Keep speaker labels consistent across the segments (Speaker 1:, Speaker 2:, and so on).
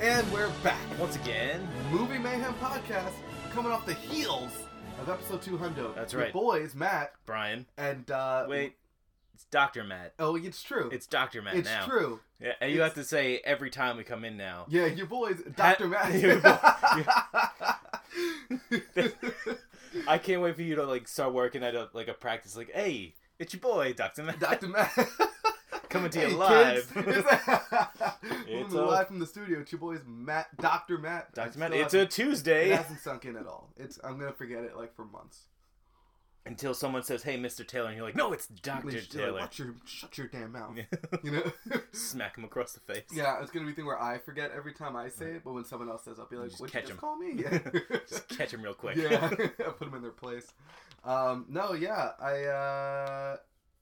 Speaker 1: And we're back.
Speaker 2: Once again,
Speaker 1: Movie Mayhem Podcast coming off the heels of episode 200.
Speaker 2: That's
Speaker 1: Your
Speaker 2: right.
Speaker 1: boys, Matt,
Speaker 2: Brian.
Speaker 1: and, uh.
Speaker 2: Wait, it's Doctor Matt.
Speaker 1: Oh, it's true.
Speaker 2: It's Doctor Matt
Speaker 1: It's
Speaker 2: now.
Speaker 1: true.
Speaker 2: Yeah, and you
Speaker 1: It's-
Speaker 2: have to say every time we come in now.
Speaker 1: Yeah, your boys, Dr.
Speaker 2: Your
Speaker 1: Matt.
Speaker 2: I can't wait for you to like start working at a, like a practice. Like, hey, it's your boy, Doctor Matt.
Speaker 1: Dr. Matt.
Speaker 2: Coming to you
Speaker 1: Hey,
Speaker 2: live.
Speaker 1: kids. It's-
Speaker 2: It's
Speaker 1: We're
Speaker 2: a-
Speaker 1: live from the studio. It's your boys, Matt, Dr. Matt. I
Speaker 2: Doctor Matt.
Speaker 1: still
Speaker 2: It's a
Speaker 1: haven't- It
Speaker 2: Tuesday
Speaker 1: hasn't sunk in at all. It's I'm gonna forget it like for months.
Speaker 2: until someone says, "Hey, Mister Taylor," and you're like, "No, it's Doctor
Speaker 1: Just, like,
Speaker 2: Taylor."
Speaker 1: watch your, shut your damn mouth. You know?
Speaker 2: Smack him across the face.
Speaker 1: yeah, it's gonna be a thing where I forget every time I say it, but when someone else says, I'll be like,
Speaker 2: just
Speaker 1: "Would you
Speaker 2: catch
Speaker 1: just
Speaker 2: 'em."
Speaker 1: call me?" Yeah.
Speaker 2: Just catch him real quick.
Speaker 1: yeah, I put them in their place. Um, no, yeah, I uh,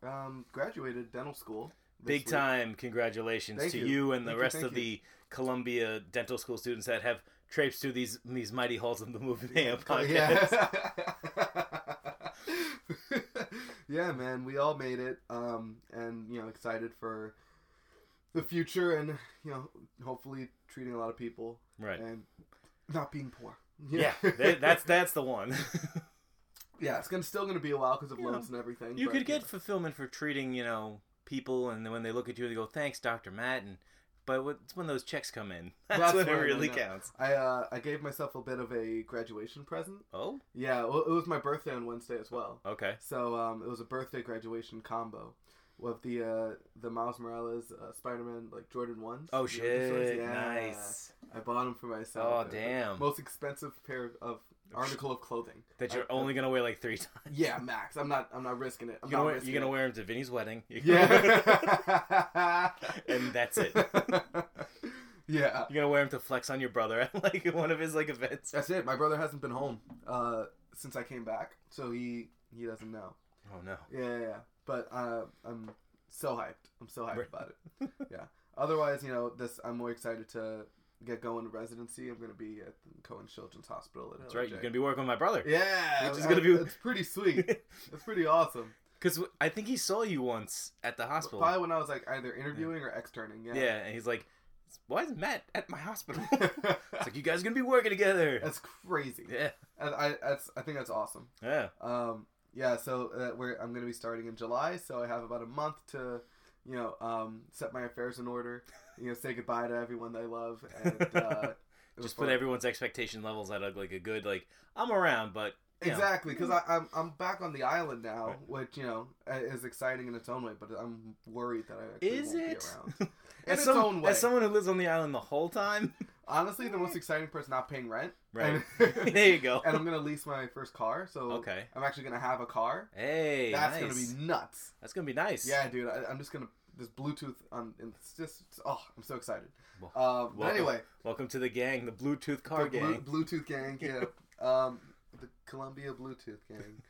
Speaker 1: um, graduated dental school. this
Speaker 2: Big
Speaker 1: week.
Speaker 2: time congratulations
Speaker 1: Thank
Speaker 2: to
Speaker 1: you.
Speaker 2: you, and the
Speaker 1: Thank you,
Speaker 2: rest
Speaker 1: thank
Speaker 2: of
Speaker 1: you.
Speaker 2: the Columbia Dental School students that have traipsed through these these mighty halls of the movie mayhem podcast.
Speaker 1: Oh, Yeah. yeah, man, we all made it. Um, and you know, excited for the future, and you know, hopefully treating a lot of people
Speaker 2: Right.
Speaker 1: and not being poor.
Speaker 2: Yeah, tha- that's that's the one.
Speaker 1: yeah. It's gonna still gonna be a while because of
Speaker 2: You know,
Speaker 1: loans and everything.
Speaker 2: you
Speaker 1: but-
Speaker 2: could get fulfillment for treating, you know, people, and then when they look at you, they go, "Thanks, Doctor Matt." And but what- it's when those checks come in. That's,
Speaker 1: That's
Speaker 2: when it
Speaker 1: when I
Speaker 2: really
Speaker 1: know.
Speaker 2: counts.
Speaker 1: I uh, I gave myself a bit of a graduation present.
Speaker 2: Oh,
Speaker 1: Yeah, well, it was my birthday on Wednesday as well.
Speaker 2: okay.
Speaker 1: So um, it was a birthday graduation combo with the uh, the Miles Morales uh, Spider Man like Jordan ones.
Speaker 2: Oh
Speaker 1: The original ones.
Speaker 2: shit!
Speaker 1: Yeah.
Speaker 2: Nice.
Speaker 1: I bought them for myself.
Speaker 2: Oh,
Speaker 1: It was the
Speaker 2: damn. Oh,
Speaker 1: Most expensive pair of- of article of clothing.
Speaker 2: That you're
Speaker 1: I-
Speaker 2: only gonna wear like three times.
Speaker 1: Yeah, max. I'm not. I'm not risking it. I'm
Speaker 2: You're
Speaker 1: not
Speaker 2: gonna wear,
Speaker 1: risking
Speaker 2: you're gonna
Speaker 1: it.
Speaker 2: wear them to Vinny's wedding. You're gonna-
Speaker 1: Yeah.
Speaker 2: And that's it.
Speaker 1: yeah.
Speaker 2: you're gonna wear them to flex on your brother at like one of his like events.
Speaker 1: That's it. My brother hasn't been home uh, since I came back, so he he doesn't know.
Speaker 2: Oh no.
Speaker 1: Yeah, yeah, yeah. But uh, I'm so hyped. I'm so hyped
Speaker 2: Right.
Speaker 1: about it. Yeah. Otherwise, you know, this I'm more excited to get going to residency. I'm going to be at the Cohen Children's Hospital. At
Speaker 2: That's right. You're gonna be working with my brother.
Speaker 1: Yeah,
Speaker 2: Which is
Speaker 1: I-
Speaker 2: gonna be-
Speaker 1: It's pretty sweet. It's pretty awesome.
Speaker 2: Because I think he saw you once at the hospital.
Speaker 1: Probably when I was like either interviewing or externing.
Speaker 2: yeah.
Speaker 1: Yeah.
Speaker 2: and he's like, "Why is Matt at my hospital?" it's like you guys are gonna be working together.
Speaker 1: that's crazy.
Speaker 2: yeah,
Speaker 1: And I that's I think that's awesome.
Speaker 2: yeah.
Speaker 1: Um, yeah, so uh, we're, I'm going to be starting in July, so I have about a month to, you know, um, set my affairs in order, you know, say goodbye to everyone I love, and uh, it was
Speaker 2: Just
Speaker 1: fun.
Speaker 2: put everyone's expectation levels at a, like a good like I'm around, but you know.
Speaker 1: exactly because I'm I'm back on the island now,
Speaker 2: Right.
Speaker 1: which you know uh, is exciting in its own way, but I'm worried that I actually
Speaker 2: Is
Speaker 1: won't
Speaker 2: it?
Speaker 1: be around. In its
Speaker 2: some-
Speaker 1: own way,
Speaker 2: as someone who lives on the island the whole time,
Speaker 1: honestly, the most exciting part is not paying rent,
Speaker 2: right?
Speaker 1: And,
Speaker 2: there you go.
Speaker 1: and I'm gonna lease my first car, so
Speaker 2: Okay.
Speaker 1: I'm actually gonna have a car.
Speaker 2: Hey,
Speaker 1: That's
Speaker 2: nice.
Speaker 1: gonna be nuts.
Speaker 2: That's gonna be nice.
Speaker 1: Yeah, dude, I, I'm just gonna this Bluetooth on. And it's just it's- oh, I'm so excited.
Speaker 2: Well-
Speaker 1: Um, but
Speaker 2: welcome
Speaker 1: anyway,
Speaker 2: Welcome to the gang, the Bluetooth car
Speaker 1: the
Speaker 2: gang.
Speaker 1: Blu- Bluetooth gang, yeah, um, the Columbia Bluetooth gang.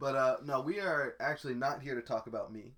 Speaker 1: but uh, no, we are actually not here to talk about me.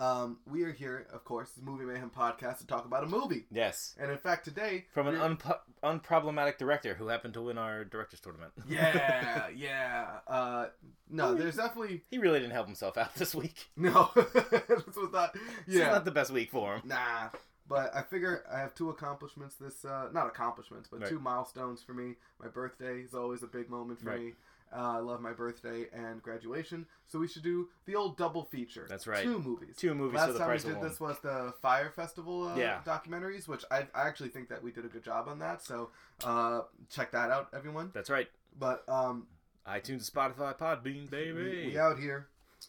Speaker 1: Um, we are here, of course, the Movie Mayhem podcast to talk about a movie.
Speaker 2: yes,
Speaker 1: And in fact, today
Speaker 2: from an
Speaker 1: we're-
Speaker 2: unpo- unproblematic director who happened to win our directors tournament.
Speaker 1: yeah, yeah. Uh, no, there's definitely
Speaker 2: he really didn't help himself out this week.
Speaker 1: no. this was not.
Speaker 2: Yeah.
Speaker 1: Yeah,
Speaker 2: not the best week for him.
Speaker 1: Nah. But I figure I have two accomplishments this uh not accomplishments, but
Speaker 2: Right.
Speaker 1: two milestones for me. My birthday is always a big moment for
Speaker 2: Right.
Speaker 1: me. Uh, I love my birthday and graduation, so we should do the old double feature.
Speaker 2: That's right.
Speaker 1: Two movies.
Speaker 2: Two movies
Speaker 1: Last
Speaker 2: for the
Speaker 1: time we
Speaker 2: price
Speaker 1: did
Speaker 2: of one.
Speaker 1: this was the Fire Festival uh,
Speaker 2: Yeah.
Speaker 1: documentaries, which I, I actually think that we did a good job on that. So uh, check that out, everyone.
Speaker 2: That's right.
Speaker 1: But um,
Speaker 2: iTunes, Spotify, Podbean,
Speaker 1: we,
Speaker 2: baby.
Speaker 1: we out here.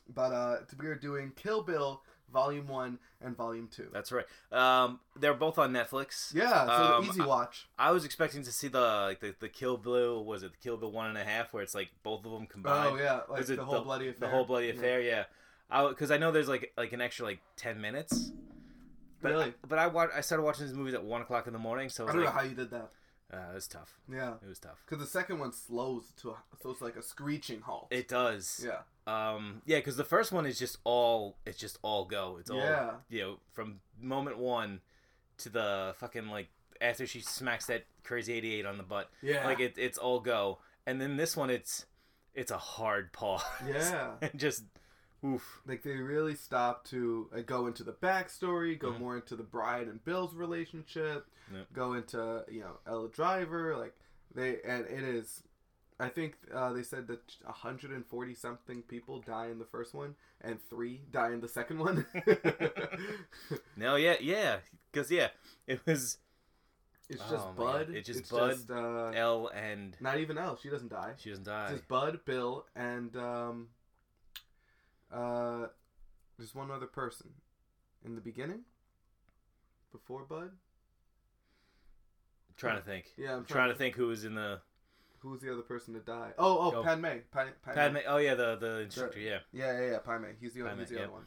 Speaker 1: But uh, we are doing Kill Bill Volume One and Volume Two.
Speaker 2: That's right. Um, they're both on Netflix.
Speaker 1: Yeah, so
Speaker 2: Um,
Speaker 1: easy watch.
Speaker 2: I was expecting to see the like the, the Kill Bill was it the Kill Bill one and a half where it's like both of them combined.
Speaker 1: Oh yeah, like
Speaker 2: Was it
Speaker 1: the whole bloody affair.
Speaker 2: The whole bloody
Speaker 1: Yeah.
Speaker 2: affair, yeah. Because I, know there's like like an extra like ten minutes. But
Speaker 1: Really?
Speaker 2: but I wa- I started watching these movies at one o'clock in the morning, so
Speaker 1: I
Speaker 2: I was
Speaker 1: don't know
Speaker 2: like,
Speaker 1: how you did that.
Speaker 2: uh, it was tough.
Speaker 1: Yeah,
Speaker 2: It was tough.
Speaker 1: because the second one slows to a, so it's like a screeching halt.
Speaker 2: It does.
Speaker 1: yeah,
Speaker 2: Um. Yeah. Because the first one is just all it's just all go. It's all
Speaker 1: yeah,
Speaker 2: you know, from moment one to the fucking like after she smacks that crazy eighty eight on the butt.
Speaker 1: yeah,
Speaker 2: Like it, it's all go. And then this one it's it's a hard pause.
Speaker 1: yeah.
Speaker 2: and just Oof.
Speaker 1: Like they really stop to uh, go into the backstory, go
Speaker 2: Mhm.
Speaker 1: more into the bride and Bill's relationship,
Speaker 2: Yep.
Speaker 1: go into you know Ella Driver. Like they and it is, I think uh, they said that 140 something people die in the first one, and three die in the second one.
Speaker 2: No, yeah, yeah, because yeah, it was
Speaker 1: it's
Speaker 2: Oh,
Speaker 1: just
Speaker 2: man.
Speaker 1: Bud.
Speaker 2: It's just Bud. eh.
Speaker 1: uh,
Speaker 2: L and
Speaker 1: not even Elle. She doesn't die.
Speaker 2: she doesn't
Speaker 1: It's
Speaker 2: die.
Speaker 1: just Bud, Bill, and um, uh, there's one other person in the beginning. Before Bud,
Speaker 2: trying to think.
Speaker 1: yeah, I'm
Speaker 2: I'm trying to think who was in the
Speaker 1: Who was the other person to die? Oh, oh,
Speaker 2: Oh.
Speaker 1: Padme. Pa- Padme.
Speaker 2: Padme. Oh yeah, the the instructor. Yeah,
Speaker 1: Yeah, yeah, yeah. Padme. He's the,
Speaker 2: Padme,
Speaker 1: he's the
Speaker 2: yeah.
Speaker 1: other one.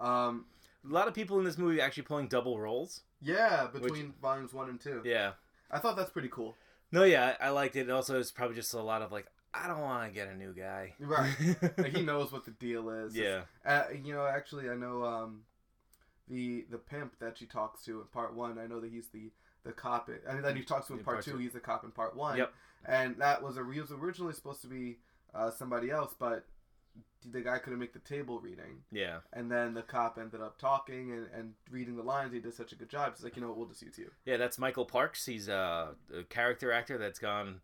Speaker 1: Um,
Speaker 2: a lot of people in this movie actually playing double roles.
Speaker 1: yeah, between volumes one and two.
Speaker 2: Yeah.
Speaker 1: I thought that's pretty cool.
Speaker 2: No, yeah, I I liked it. And also, it's probably just a lot of like, I don't want to get a new guy.
Speaker 1: Right. Like, he knows what the deal is.
Speaker 2: yeah.
Speaker 1: Uh, you know, actually, I know um, the the pimp that she talks to in part one. I know that he's the the cop. I mean, that he talks to in, part, two, He's the cop in part one.
Speaker 2: Yep.
Speaker 1: And that was a he was originally supposed to be uh, somebody else, but the guy couldn't make the table reading.
Speaker 2: Yeah.
Speaker 1: And then the cop ended up talking and, and reading the lines. He did such a good job. He's like, you know what, we'll just use you.
Speaker 2: Yeah, that's Michael Parks. He's uh, a character actor that's gone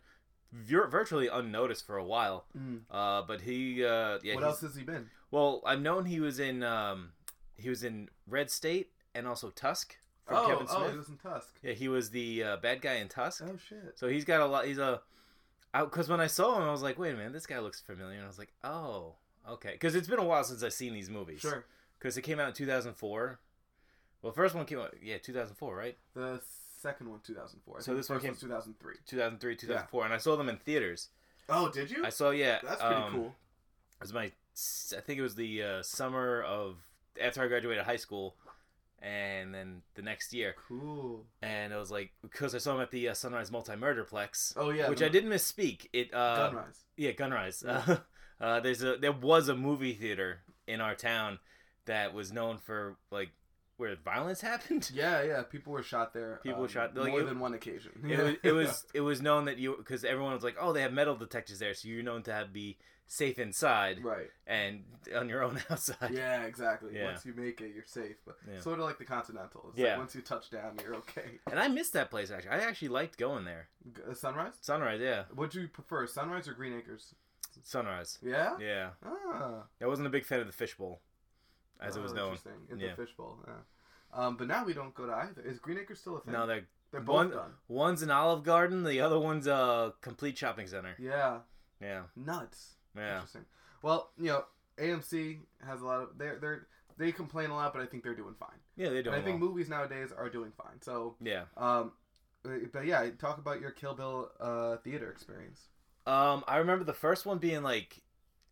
Speaker 2: vir- virtually unnoticed for a while. Uh, but he, uh, yeah,
Speaker 1: what
Speaker 2: he's-
Speaker 1: else has he been?
Speaker 2: Well, I've known he was in um, he was in Red State and also Tusk from
Speaker 1: oh,
Speaker 2: Kevin Smith.
Speaker 1: oh, he was in Tusk.
Speaker 2: Yeah, he was the uh, bad guy in Tusk.
Speaker 1: Oh shit.
Speaker 2: So he's got a lot. He's a because when I saw him, I was like, wait a minute, this guy looks familiar. And I was like, oh, okay, because it's been a while since I've seen these movies.
Speaker 1: Sure.
Speaker 2: Because it came out in 2004. Well, first one came out, yeah, 2004, right?
Speaker 1: The second one, 2004. I
Speaker 2: So
Speaker 1: think
Speaker 2: this
Speaker 1: the
Speaker 2: one
Speaker 1: first
Speaker 2: came-
Speaker 1: one's 2003.
Speaker 2: 2003, 2004, and I saw them in theaters.
Speaker 1: Oh, did you?
Speaker 2: I saw, yeah,
Speaker 1: That's pretty
Speaker 2: um,
Speaker 1: cool.
Speaker 2: It was my, s- I think it was the uh, summer of after I graduated high school, and then the next year,
Speaker 1: Cool.
Speaker 2: and I was like, because I saw him at the uh, Sunrise Multi Murderplex,
Speaker 1: Oh yeah.
Speaker 2: which
Speaker 1: the
Speaker 2: I did misspeak. It uh,
Speaker 1: Gunrise.
Speaker 2: Yeah, Gunrise. Uh, uh, there's a there was a movie theater in our town that was known for like where violence happened.
Speaker 1: Yeah, yeah. People were shot there.
Speaker 2: People
Speaker 1: um,
Speaker 2: shot-
Speaker 1: more
Speaker 2: like, it-
Speaker 1: than one occasion.
Speaker 2: It was it was, it was known that you because everyone was like, oh, they have metal detectors there, so you're known to have be safe inside
Speaker 1: right.
Speaker 2: and on your own outside.
Speaker 1: Yeah, exactly.
Speaker 2: Yeah.
Speaker 1: Once you make it, you're safe. But
Speaker 2: Yeah.
Speaker 1: sort of like the Continental. It's
Speaker 2: Yeah.
Speaker 1: Like once you touch down, you're okay.
Speaker 2: And I missed that place actually. I actually liked going there.
Speaker 1: G- uh, Sunrise.
Speaker 2: Sunrise, yeah,
Speaker 1: Would you prefer Sunrise or Green Acres?
Speaker 2: Sunrise.
Speaker 1: Yeah.
Speaker 2: Yeah,
Speaker 1: Ah.
Speaker 2: I wasn't a big fan of the fishbowl, as it
Speaker 1: Oh,
Speaker 2: was known.
Speaker 1: Interesting. In
Speaker 2: Yeah.
Speaker 1: the fishbowl. Yeah. Um, but now we don't go to either. Is Green Acres still a thing?
Speaker 2: No, they're
Speaker 1: they're both
Speaker 2: one-
Speaker 1: done.
Speaker 2: one's an Olive Garden, the other one's a complete shopping center.
Speaker 1: Yeah.
Speaker 2: Yeah,
Speaker 1: Nuts.
Speaker 2: yeah.
Speaker 1: Interesting. Well, you know, AMC has a lot of they're they're they complain a lot, but I think they're doing fine.
Speaker 2: Yeah, they
Speaker 1: And
Speaker 2: don't.
Speaker 1: I think movies nowadays are doing fine. So,
Speaker 2: yeah.
Speaker 1: um, but but yeah, talk about your Kill Bill uh, theater experience.
Speaker 2: Um, I remember the first one being like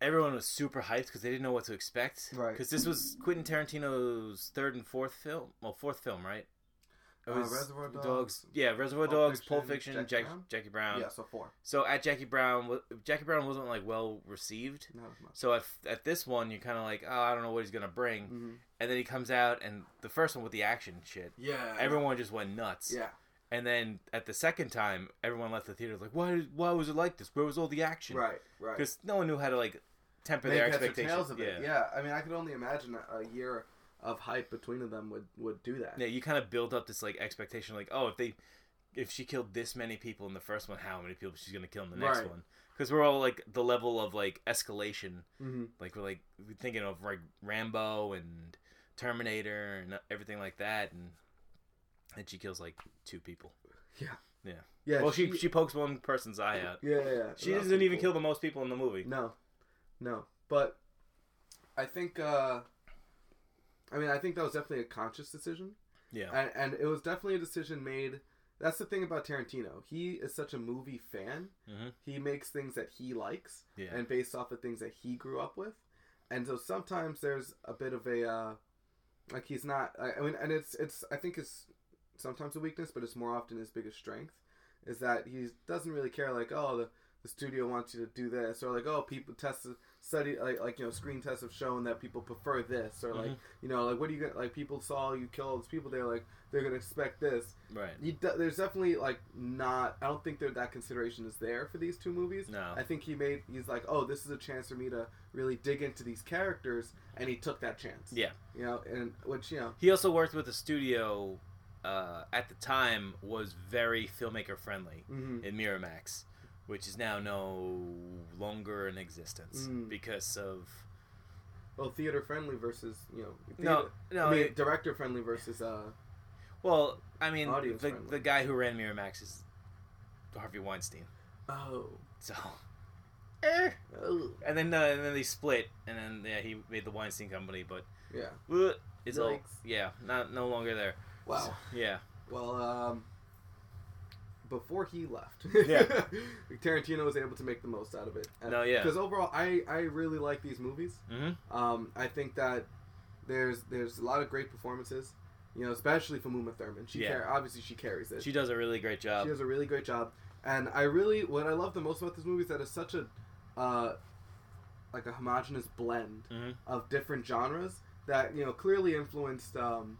Speaker 2: everyone was super hyped because they didn't know what to expect.
Speaker 1: Right.
Speaker 2: Because this was Quentin Tarantino's third and fourth film. Well, fourth film, right? It
Speaker 1: Uh,
Speaker 2: was
Speaker 1: Reservoir Dogs,
Speaker 2: Yeah, Reservoir
Speaker 1: Pulp
Speaker 2: Dogs,
Speaker 1: Fiction,
Speaker 2: Pulp Fiction,
Speaker 1: Jackie
Speaker 2: Jack,
Speaker 1: Brown?
Speaker 2: Jackie Brown.
Speaker 1: yeah, so four.
Speaker 2: So at Jackie Brown, wa- Jackie Brown wasn't like well received.
Speaker 1: Not as much.
Speaker 2: So at, at this one, you're kind of like, oh, I don't know what he's gonna bring.
Speaker 1: Mhm.
Speaker 2: And then he comes out, and the first one with the action shit,
Speaker 1: Yeah.
Speaker 2: everyone just went nuts.
Speaker 1: Yeah.
Speaker 2: And then at the second time, everyone left the theater like, why? did- Why was it like this? Where was all the action?
Speaker 1: Right. Right.
Speaker 2: because no one knew how to like temper
Speaker 1: Make
Speaker 2: their
Speaker 1: heads or
Speaker 2: expectations.
Speaker 1: tails of
Speaker 2: yeah.
Speaker 1: it.
Speaker 2: yeah,
Speaker 1: Yeah. I mean, I could only imagine a, a year of hype between of them would would do that.
Speaker 2: You kind of build up this like expectation, like, oh, if they, if she killed this many people in the first one, how many people she's gonna kill in the next
Speaker 1: Right.
Speaker 2: one? Because we're all like the level of like escalation,
Speaker 1: hmm
Speaker 2: like we're like we're thinking of like Rambo and Terminator and everything like that, and and she kills like two people.
Speaker 1: Yeah.
Speaker 2: well, she she pokes one person's eye out.
Speaker 1: Yeah. yeah, yeah.
Speaker 2: She
Speaker 1: That's
Speaker 2: doesn't even
Speaker 1: cool.
Speaker 2: kill the most people in the movie.
Speaker 1: No, no. But I think, uh, I mean, I think that was definitely a conscious decision,
Speaker 2: Yeah,
Speaker 1: and, and it was definitely a decision made. That's the thing about Tarantino. He is such a movie fan.
Speaker 2: Mhm.
Speaker 1: He makes things that he likes
Speaker 2: yeah,
Speaker 1: and based off of things that he grew up with. And so sometimes there's a bit of a uh, like he's not. I, I mean, and it's it's I think it's sometimes a weakness, but it's more often his biggest strength is that he doesn't really care. Like, oh, the, the studio wants you to do this, or like, oh, people test study like like you know screen tests have shown that people prefer this or like you know like what do you get like people saw you kill all these people they're like they're gonna expect this.
Speaker 2: Right.
Speaker 1: You de- there's definitely like not I don't think there that consideration is there for these two movies.
Speaker 2: No.
Speaker 1: I think he made he's like oh this is a chance for me to really dig into these characters and he took that chance.
Speaker 2: Yeah.
Speaker 1: You know and which you know
Speaker 2: He also worked with a studio uh, at the time was very filmmaker friendly
Speaker 1: mhm.
Speaker 2: in Miramax, which is now no longer in existence
Speaker 1: Mm.
Speaker 2: because of
Speaker 1: well theater friendly versus you know
Speaker 2: no
Speaker 1: theater-
Speaker 2: no
Speaker 1: I mean,
Speaker 2: it-
Speaker 1: director friendly versus uh
Speaker 2: well I mean
Speaker 1: Audience
Speaker 2: the,
Speaker 1: friendly.
Speaker 2: the guy who ran Miramax is Harvey Weinstein
Speaker 1: oh.
Speaker 2: so
Speaker 1: oh.
Speaker 2: and then uh, and then they split and then yeah he made the Weinstein company but
Speaker 1: Yeah.
Speaker 2: uh, it's all
Speaker 1: Yikes.
Speaker 2: yeah not no longer there
Speaker 1: Wow.
Speaker 2: yeah
Speaker 1: Well, um, before he left,
Speaker 2: Yeah.
Speaker 1: Tarantino was able to make the most out of it.
Speaker 2: No, yeah.
Speaker 1: Because overall, I I really like these movies.
Speaker 2: Mhm.
Speaker 1: Um, I think that there's there's a lot of great performances. You know, especially from Uma Thurman. She
Speaker 2: Yeah.
Speaker 1: car- obviously she carries it.
Speaker 2: she does a really great job
Speaker 1: She does a really great job. And I really, what I love the most about this movie is that it's such a, uh, like a homogenous blend
Speaker 2: Mhm.
Speaker 1: of different genres that you know clearly influenced um,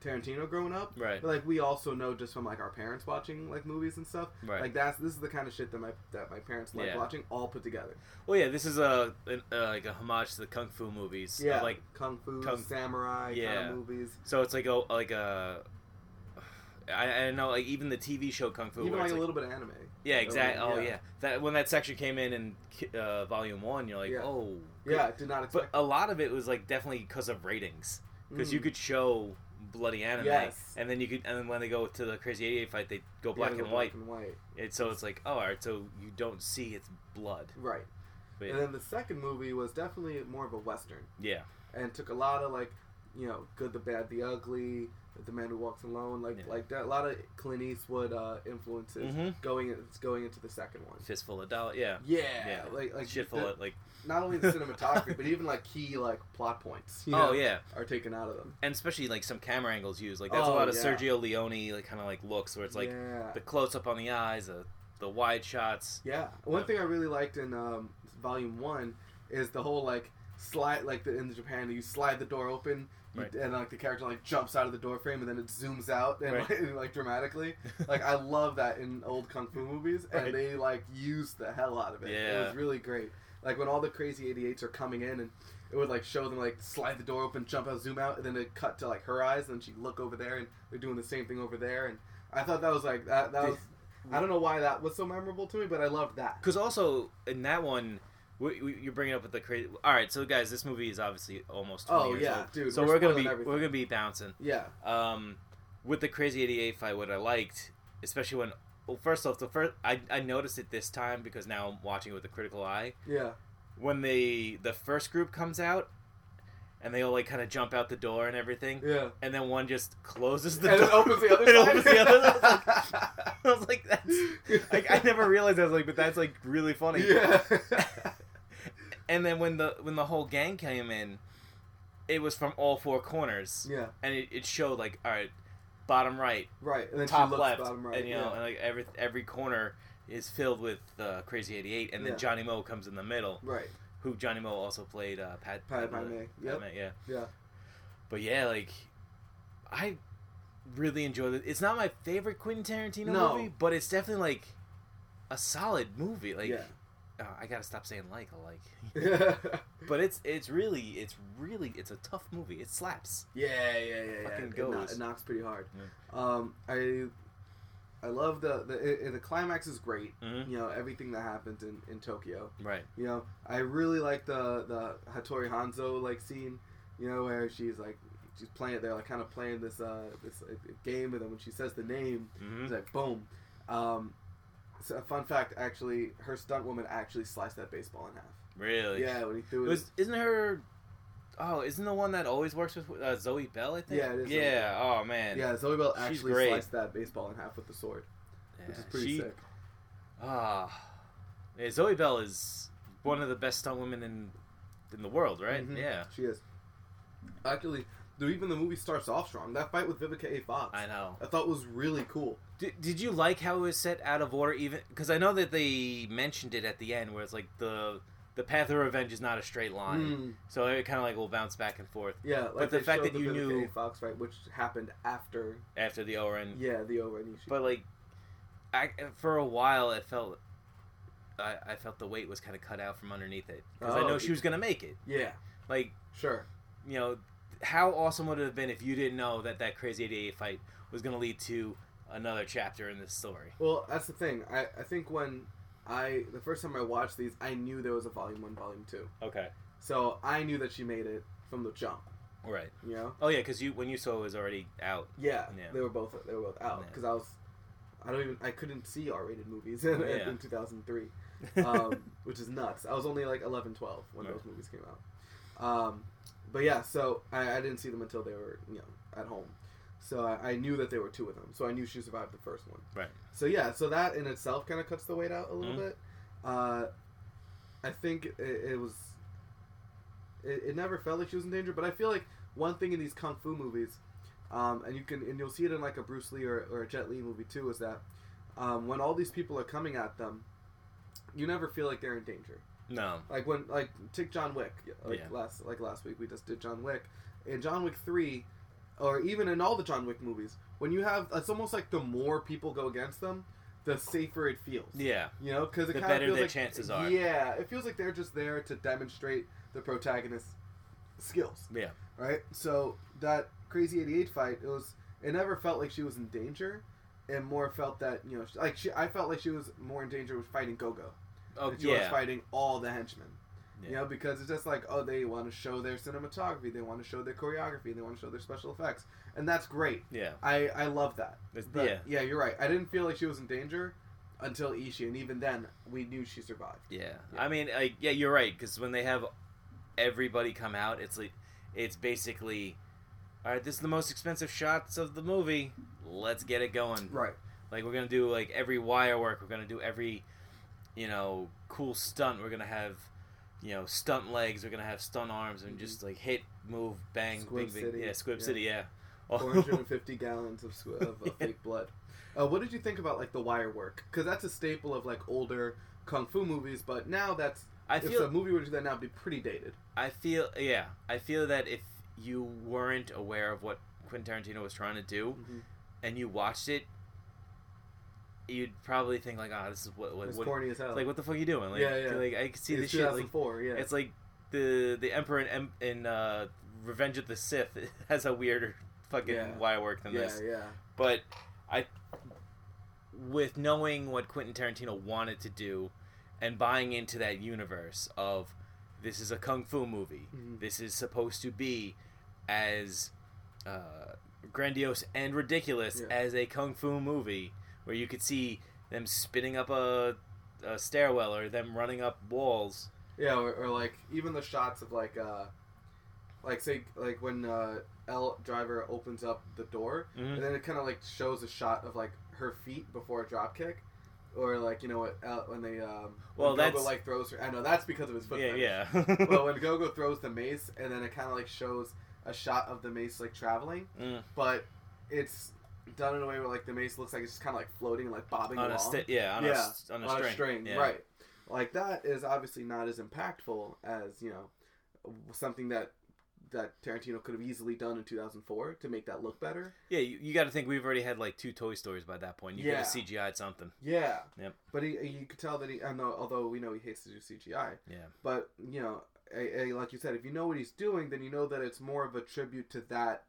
Speaker 1: Tarantino growing up.
Speaker 2: right
Speaker 1: But like we also know just from like our parents watching like movies and stuff.
Speaker 2: right
Speaker 1: Like that's this is the kind of shit that my that my parents like
Speaker 2: Yeah.
Speaker 1: watching all put together.
Speaker 2: well yeah this is a an, uh, like a homage to the kung fu movies yeah like
Speaker 1: kung fu,
Speaker 2: Kung-
Speaker 1: samurai kind
Speaker 2: Yeah.
Speaker 1: of movies.
Speaker 2: So it's like a like a. I, I know, like even the TV show Kung Fu.
Speaker 1: Even
Speaker 2: where
Speaker 1: like
Speaker 2: it's
Speaker 1: a
Speaker 2: like-
Speaker 1: little bit of anime.
Speaker 2: yeah, exactly.
Speaker 1: Oh,
Speaker 2: Oh,
Speaker 1: yeah.
Speaker 2: yeah. That when that section came in in ki- uh, Volume One, you're like,
Speaker 1: Yeah.
Speaker 2: oh,
Speaker 1: Yeah, did not
Speaker 2: But
Speaker 1: expect.
Speaker 2: a lot of it was like definitely because of ratings, because you
Speaker 1: Mm.
Speaker 2: could show bloody anime,
Speaker 1: Yes.
Speaker 2: and then you could, and then when they go to the Crazy Eighty Eight fight, they go
Speaker 1: Yeah,
Speaker 2: black
Speaker 1: the
Speaker 2: and white.
Speaker 1: Black and white.
Speaker 2: And so it's like, oh, all right, so you don't see its blood.
Speaker 1: Right.
Speaker 2: But
Speaker 1: And then the second movie was definitely more of a western
Speaker 2: yeah,
Speaker 1: and took a lot of like, you know, good, the bad, the ugly, the man who walks alone, like
Speaker 2: Yeah.
Speaker 1: like that. A lot of Clint Eastwood uh, influences
Speaker 2: Mhm.
Speaker 1: going it's going into the second one.
Speaker 2: fistful of dollar. Yeah,
Speaker 1: Yeah,
Speaker 2: Yeah.
Speaker 1: like like
Speaker 2: shitful
Speaker 1: the-
Speaker 2: of like.
Speaker 1: not only the cinematography, but even like key like plot points. you know,
Speaker 2: Oh yeah,
Speaker 1: are taken out of them.
Speaker 2: and especially like some camera angles used. Like that's
Speaker 1: Oh,
Speaker 2: a lot of
Speaker 1: yeah.
Speaker 2: Sergio Leone like kind of like looks where it's like
Speaker 1: yeah,
Speaker 2: the close up on the eyes, the the wide shots.
Speaker 1: yeah. One thing I really liked in um, Volume One is the whole like slide, like the, in Japan, you slide the door open. you-
Speaker 2: Right.
Speaker 1: And like the character like jumps out of the door frame and then it zooms out and
Speaker 2: Right.
Speaker 1: like, dramatically. Like I love that in old kung fu movies and
Speaker 2: Right.
Speaker 1: they like used the hell out of it. It
Speaker 2: Yeah.
Speaker 1: was really great. Like when all the crazy 88s are coming in and it would like show them like slide the door open, jump out, zoom out, and then it cut to like her eyes and she'd look over there and they're doing the same thing over there and I thought that was like that that was I don't know why that was so memorable to me, but I loved that.
Speaker 2: Because also in that one, we, we, you're bringing up with the crazy. All right, so guys, this movie is obviously almost. 20
Speaker 1: Oh,
Speaker 2: years
Speaker 1: yeah,
Speaker 2: old.
Speaker 1: dude,
Speaker 2: So
Speaker 1: we're
Speaker 2: we're, gonna
Speaker 1: spoiling
Speaker 2: be
Speaker 1: everything.
Speaker 2: we're gonna be bouncing.
Speaker 1: Yeah.
Speaker 2: Um, with the crazy '88 fight, what I liked, especially when. Well, first off, the first I, I noticed it this time because now I'm watching it with a critical eye.
Speaker 1: Yeah.
Speaker 2: When they the first group comes out, and they all like kind of jump out the door and everything,
Speaker 1: Yeah.
Speaker 2: and then one just closes the
Speaker 1: And
Speaker 2: door
Speaker 1: it opens the other
Speaker 2: and
Speaker 1: side.
Speaker 2: opens the other. I was like, that's like I never realized I was like, but that's like really funny.
Speaker 1: Yeah.
Speaker 2: And then when the when the whole gang came in, it was from all four corners,
Speaker 1: yeah.
Speaker 2: and it, it showed like all right, bottom right,
Speaker 1: Right. And then
Speaker 2: top
Speaker 1: she looks
Speaker 2: left,
Speaker 1: bottom right.
Speaker 2: and you know,
Speaker 1: yeah.
Speaker 2: and like every every corner is filled with uh, Crazy Eighty Eight, and then
Speaker 1: Yeah.
Speaker 2: Johnny Mo comes in the middle,
Speaker 1: Right.
Speaker 2: who Johnny Mo also played uh, Pat
Speaker 1: Pat
Speaker 2: Pat-
Speaker 1: Mamet,
Speaker 2: Pat
Speaker 1: yep.
Speaker 2: Mamet, yeah,
Speaker 1: Yeah.
Speaker 2: But yeah, like I really enjoyed it. It's not my favorite Quentin Tarantino
Speaker 1: No.
Speaker 2: movie, but it's definitely like a solid movie. Like
Speaker 1: Yeah.
Speaker 2: uh, I gotta stop saying like a like.
Speaker 1: yeah,
Speaker 2: But it's it's really it's really it's a tough movie. It slaps.
Speaker 1: yeah, yeah, yeah.
Speaker 2: Fucking
Speaker 1: It, kno-
Speaker 2: goes.
Speaker 1: it knocks pretty hard. Um, I, I love the the i- i the climax is great.
Speaker 2: Mm-hmm.
Speaker 1: You know everything that happens in in Tokyo.
Speaker 2: Right.
Speaker 1: You know I really like the the Hattori Hanzo like scene. You know where she's like she's playing they're like kind of playing this uh this uh, game and then when she says the name
Speaker 2: hmm
Speaker 1: it's like boom. Um, so a fun fact actually her stunt woman actually sliced that baseball in half.
Speaker 2: Really.
Speaker 1: yeah, when he threw
Speaker 2: It
Speaker 1: it.
Speaker 2: was isn't her? Oh, isn't the one that always works with uh, Zoe Bell? I think.
Speaker 1: Yeah, it is Zoe
Speaker 2: Yeah. Oh man.
Speaker 1: yeah, Zoe Bell
Speaker 2: she's
Speaker 1: actually
Speaker 2: great.
Speaker 1: sliced that baseball in half with the sword, which
Speaker 2: Yeah,
Speaker 1: is pretty
Speaker 2: she-
Speaker 1: sick.
Speaker 2: Ah, Yeah, Zoe Bell is one of the best stunt women in in the world, right?
Speaker 1: Mhm.
Speaker 2: Yeah,
Speaker 1: She is. Actually, dude, even the movie starts off strong. That fight with Vivica A. Fox,
Speaker 2: I know.
Speaker 1: I thought was really cool.
Speaker 2: Did, did you like how it was set out of order? Even because I know that they mentioned it at the end, where it's like the the path of revenge is not a straight line.
Speaker 1: Mm,
Speaker 2: So it kind of like will bounce back and forth
Speaker 1: yeah, like
Speaker 2: But the
Speaker 1: they
Speaker 2: fact
Speaker 1: showed
Speaker 2: that you
Speaker 1: Billy
Speaker 2: knew-
Speaker 1: Kay Fox fight, which happened after,
Speaker 2: after the Oren.
Speaker 1: yeah, the over and
Speaker 2: But like, I for a while it felt. I, I felt the weight was kind of cut out from underneath it because I
Speaker 1: Oh.
Speaker 2: know she was gonna make it.
Speaker 1: yeah,
Speaker 2: Like
Speaker 1: sure,
Speaker 2: you know, how awesome would it have been if you didn't know that that crazy 88 fight was going to lead to another chapter in this story?
Speaker 1: Well, that's the thing. I, I think when I the first time I watched these, I knew there was a volume one, volume two.
Speaker 2: Okay.
Speaker 1: So I knew that she made it from the jump.
Speaker 2: Right.
Speaker 1: You know?
Speaker 2: Oh yeah, because you when you saw it was already out.
Speaker 1: Yeah.
Speaker 2: Yeah.
Speaker 1: They were both they were both out
Speaker 2: Yeah.
Speaker 1: because I was I don't even I couldn't see R rated movies in,
Speaker 2: Yeah.
Speaker 1: in 2003, um, which is nuts. I was only like 11, 12 when those movies came out. Um, but yeah, so I, I didn't see them until they were you know at home. So I, I knew that there were two of them. So I knew she survived the first one.
Speaker 2: Right.
Speaker 1: So yeah, so that in itself kind of cuts the weight out a little
Speaker 2: Mhm.
Speaker 1: bit. Uh, I think it, it was. It, it never felt like she was in danger, but I feel like one thing in these kung fu movies, um, and you can and you'll see it in like a Bruce Lee or, or a Jet Li movie too, is that um, when all these people are coming at them, you never feel like they're in danger.
Speaker 2: no.
Speaker 1: Like when like take John Wick, like
Speaker 2: Yeah.
Speaker 1: last like last week we just did John Wick, in John Wick three, or even in all the John Wick movies, when you have it's almost like the more people go against them, the safer it feels.
Speaker 2: Yeah.
Speaker 1: You know, because it
Speaker 2: The
Speaker 1: kind of
Speaker 2: better
Speaker 1: feels
Speaker 2: their
Speaker 1: like,
Speaker 2: chances are.
Speaker 1: Yeah, it feels like they're just there to demonstrate the protagonist's skills,
Speaker 2: Yeah.
Speaker 1: right? So that crazy eighty eight fight, it was it never felt like she was in danger, and more felt that you know she- like she I felt like she was more in danger with fighting Go Go
Speaker 2: Oh
Speaker 1: that she was
Speaker 2: yeah.
Speaker 1: fighting all the henchmen. You
Speaker 2: Yeah.
Speaker 1: know, because it's just like, oh, they want to show their cinematography, they want to show their choreography, they want to show their special effects, and that's great.
Speaker 2: Yeah.
Speaker 1: I I love that.
Speaker 2: It's-
Speaker 1: But,
Speaker 2: yeah.
Speaker 1: yeah, you're right. I didn't feel like she was in danger until Ishii, and even then, we knew she survived.
Speaker 2: Yeah. I mean, I, yeah, you're right because when they have everybody come out, it's like it's basically, all right, this is the most expensive shots of the movie. Let's get it going.
Speaker 1: Right.
Speaker 2: Like we're gonna do like every wire work. We're gonna do every, you know, cool stunt. We're gonna have, you know, stunt legs. We're gonna have stunt arms and
Speaker 1: Mhm.
Speaker 2: just like hit, move, bang,
Speaker 1: Squib
Speaker 2: big, big,
Speaker 1: City,
Speaker 2: yeah, Squib
Speaker 1: yeah.
Speaker 2: City, yeah.
Speaker 1: Four hundred and fifty gallons of, sw- of, of
Speaker 2: Yeah.
Speaker 1: fake blood. Uh, what did you think about like the wire work? Because that's a staple of like older kung fu movies, but now that's
Speaker 2: I
Speaker 1: if a
Speaker 2: feel,
Speaker 1: movie were to do that now, it'd be pretty dated.
Speaker 2: I feel, yeah, I feel that if you weren't aware of what Quentin Tarantino was trying to do and you watched it, you'd probably think like, ah, this is what, what,
Speaker 1: It's
Speaker 2: what
Speaker 1: corny as hell.
Speaker 2: like, what the fuck are you doing? Like,
Speaker 1: Yeah, yeah.
Speaker 2: like I could see
Speaker 1: It's
Speaker 2: this shit like
Speaker 1: 2004, yeah.
Speaker 2: It's like the the Emperor in, Em- in uh, Revenge of the Sith has a weirder fucking
Speaker 1: Yeah.
Speaker 2: wire work than
Speaker 1: yeah,
Speaker 2: this.
Speaker 1: yeah.
Speaker 2: But I, with knowing what Quentin Tarantino wanted to do, and buying into that universe of this is a kung fu movie.
Speaker 1: Mhm.
Speaker 2: This is supposed to be as uh, grandiose and ridiculous
Speaker 1: Yeah.
Speaker 2: as a kung fu movie, where you could see them spinning up a, a stairwell or them running up walls.
Speaker 1: Yeah, or, or like even the shots of like uh like say like when uh L driver opens up the door
Speaker 2: Mhm.
Speaker 1: and then it kind of like shows a shot of like her feet before a drop kick or like you know what L, when they um
Speaker 2: Well,
Speaker 1: when
Speaker 2: that's-
Speaker 1: Gogo, like throws her I know that's because of his foot fetish.
Speaker 2: yeah, yeah.
Speaker 1: well, when Gogo throws the mace and then it kind of like shows a shot of the mace like traveling
Speaker 2: Mm.
Speaker 1: but it's done in a way where like the mace looks like it's just kind of like floating like bobbing
Speaker 2: on a
Speaker 1: along
Speaker 2: sti- yeah, on, A,
Speaker 1: Yeah,
Speaker 2: s- on a string, yeah.
Speaker 1: right? Like that is obviously not as impactful as you know something that that Tarantino could have easily done in 2004 to make that look better.
Speaker 2: Yeah, you, you got to think we've already had like two Toy Stories by that point. You
Speaker 1: Yeah.
Speaker 2: could have CGI'd something.
Speaker 1: Yeah.
Speaker 2: Yep.
Speaker 1: But he, you could tell that he, I know, although we know he hates to do CGI.
Speaker 2: Yeah.
Speaker 1: But you know, a, a, like you said, if you know what he's doing, then you know that it's more of a tribute to that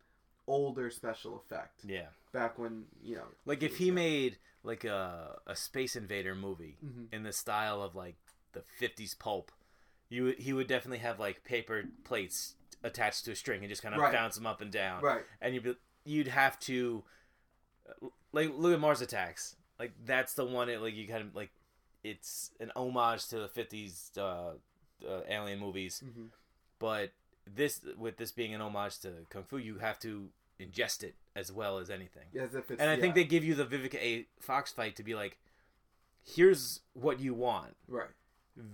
Speaker 1: older special effect
Speaker 2: Yeah,
Speaker 1: back when you know,
Speaker 2: like if he made like a a Space Invader movie
Speaker 1: Mhm.
Speaker 2: in the style of like the '50s pulp, you would- he would definitely have like paper plates attached to a string and just kind of
Speaker 1: Right.
Speaker 2: bounce them up and down,
Speaker 1: right.
Speaker 2: and you'd be, you'd have to uh, like look at Mars Attacks. Like that's the one. It like you kind of like it's an homage to the '50s uh, uh, alien movies.
Speaker 1: Mhm.
Speaker 2: but this with this being an homage to kung fu you have to ingest it as well as anything
Speaker 1: As if it's,
Speaker 2: and i
Speaker 1: yeah,
Speaker 2: think they give you the vivica a fox fight to be like here's what you want
Speaker 1: right.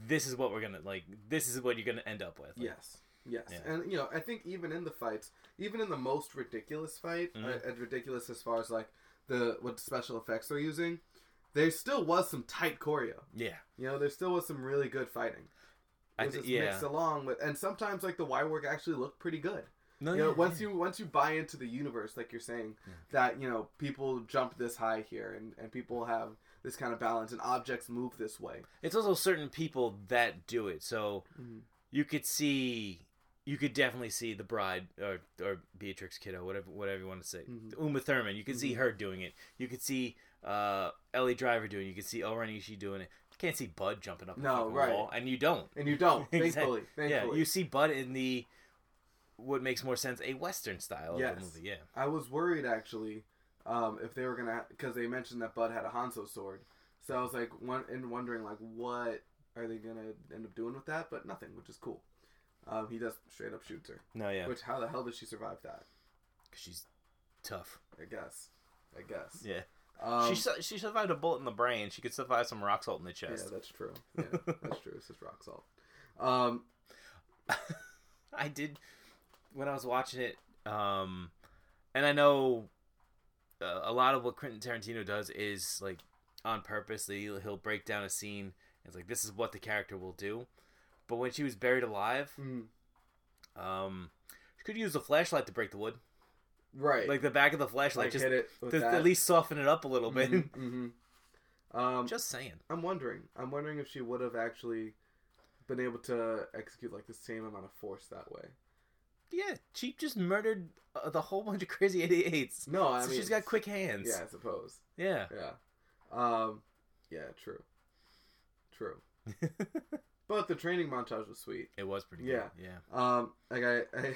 Speaker 2: this is what we're gonna like this is what you're gonna end up with Like,
Speaker 1: Yes. Yes.
Speaker 2: Yeah.
Speaker 1: And you know, I think even in the fights, even in the most ridiculous fight,
Speaker 2: Mhm.
Speaker 1: uh, and ridiculous as far as like the what special effects they're using, there still was some tight choreo.
Speaker 2: yeah
Speaker 1: You know, there still was some really good fighting.
Speaker 2: I
Speaker 1: was
Speaker 2: th-
Speaker 1: just
Speaker 2: yeah.
Speaker 1: mixed along with, and sometimes like the Y work actually looked pretty good.
Speaker 2: No,
Speaker 1: you know,
Speaker 2: Oh, yeah,
Speaker 1: once
Speaker 2: yeah.
Speaker 1: you once you buy into the universe, like you're saying,
Speaker 2: Yeah.
Speaker 1: that you know people jump this high here, and and people have this kind of balance, and objects move this way.
Speaker 2: it's also certain people that do it. So
Speaker 1: Mhm.
Speaker 2: you could see, you could definitely see the bride or or Beatrix Kiddo, whatever whatever you want to say,
Speaker 1: Mhm.
Speaker 2: Uma Thurman. You could see
Speaker 1: Mm-hmm.
Speaker 2: her doing it. You could see uh, Ellie Driver doing. it. You could see Oren Ishii doing it. You can't see Bud jumping up.
Speaker 1: No,
Speaker 2: No, the
Speaker 1: right.
Speaker 2: right. Wall, and you don't.
Speaker 1: And you don't,
Speaker 2: Exactly.
Speaker 1: thankfully, thankfully.
Speaker 2: Yeah, you see Bud in the what makes more sense a Western style of
Speaker 1: Yes.
Speaker 2: the movie. Yeah.
Speaker 1: I was worried actually um, if they were gonna because they mentioned that Bud had a Hanzo sword, so I was like one and wondering like what are they gonna end up doing with that? But nothing, which is cool. Um, he just straight up shoots her.
Speaker 2: No, yeah,
Speaker 1: Which how the hell did she survive that?
Speaker 2: 'Cause she's tough.
Speaker 1: I guess. I guess.
Speaker 2: Yeah,
Speaker 1: Um,
Speaker 2: she su- she survived a bullet in the brain. She could survive some rock salt in the
Speaker 1: yeah,
Speaker 2: chest.
Speaker 1: that's true. Yeah, that's true. It's just rock salt. Um,
Speaker 2: I did when I was watching it, um, and I know uh, a lot of what Quentin Tarantino does is like on purpose. That he'll, he'll break down a scene. It's like this is what the character will do. But when she was buried alive,
Speaker 1: mm,
Speaker 2: um, she could use the flashlight to break the wood,
Speaker 1: right.
Speaker 2: like the back of the flashlight,
Speaker 1: Like,
Speaker 2: just
Speaker 1: hit it with
Speaker 2: to
Speaker 1: that.
Speaker 2: at least soften it up a little bit.
Speaker 1: Mhm, mhm. Um,
Speaker 2: Just saying.
Speaker 1: I'm wondering. I'm wondering if she would have actually been able to execute like the same amount of force that way.
Speaker 2: Yeah, she just murdered uh, the whole bunch of crazy 88s.
Speaker 1: No, I
Speaker 2: so
Speaker 1: mean
Speaker 2: she's got quick hands.
Speaker 1: Yeah, I suppose.
Speaker 2: Yeah.
Speaker 1: Yeah. Um, yeah. True. True. But the training montage was sweet.
Speaker 2: it was pretty
Speaker 1: Yeah.
Speaker 2: good. Yeah.
Speaker 1: Um, like I, I,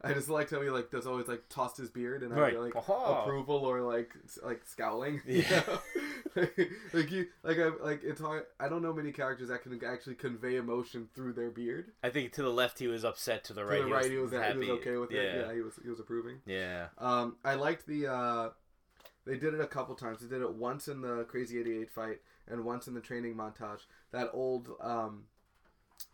Speaker 1: I just liked how he like does always like tossed his beard and I
Speaker 2: Right.
Speaker 1: like
Speaker 2: Aha.
Speaker 1: approval or like s- like scowling. you
Speaker 2: Yeah.
Speaker 1: know? like you like I like it's hard. I don't know many characters that can actually convey emotion through their beard.
Speaker 2: I think to the left he was upset, to the
Speaker 1: To
Speaker 2: right,
Speaker 1: the right, he was,
Speaker 2: happy.
Speaker 1: he was okay with
Speaker 2: yeah.
Speaker 1: it. Yeah, he was he was approving.
Speaker 2: Yeah.
Speaker 1: Um, I liked the. Uh, they did it a couple times. They did it once in the Crazy Eighty Eight fight and once in the training montage. That old, um,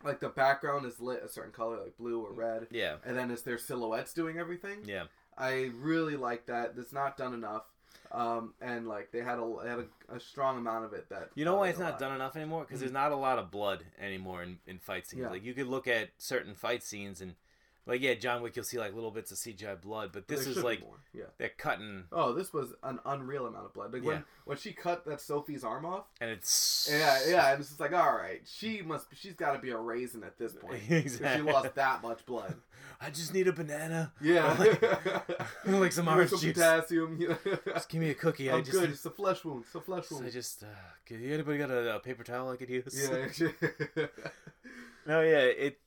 Speaker 1: like the background is lit a certain color, like blue or red,
Speaker 2: Yeah.
Speaker 1: and then it's their silhouettes doing everything.
Speaker 2: Mm. Yeah.
Speaker 1: I really like that. It's not done enough. Um, and like they had a they had a, a strong amount of it that
Speaker 2: You know
Speaker 1: I
Speaker 2: why
Speaker 1: like
Speaker 2: it's
Speaker 1: a
Speaker 2: not
Speaker 1: lot. Mm-hmm.
Speaker 2: done enough anymore? Because there's not a lot of blood anymore in, in fight scenes.
Speaker 1: Yeah.
Speaker 2: Like you could look at certain fight scenes and like yeah, John Wick you'll see like little bits of CGI blood, but
Speaker 1: There
Speaker 2: this
Speaker 1: should
Speaker 2: is
Speaker 1: be
Speaker 2: like
Speaker 1: more. yeah.
Speaker 2: they're cutting
Speaker 1: Oh, this was an unreal amount of blood. Like when
Speaker 2: Yeah.
Speaker 1: when she cut that Sophie's arm off,
Speaker 2: and it's
Speaker 1: Yeah, yeah, and it's just like, all right, she must, she's got to be a raisin at this point. If She
Speaker 2: exactly.
Speaker 1: lost that much blood.
Speaker 2: I just need a banana.
Speaker 1: Yeah,
Speaker 2: Like- like some orange
Speaker 1: Some
Speaker 2: juice.
Speaker 1: potassium. You know?
Speaker 2: Just give me a cookie. i
Speaker 1: I'm
Speaker 2: just
Speaker 1: good. It's a flesh wound. It's a flesh
Speaker 2: I
Speaker 1: wound.
Speaker 2: just uh, could- anybody got a, uh paper towel I could use?
Speaker 1: Yeah.
Speaker 2: No, yeah, it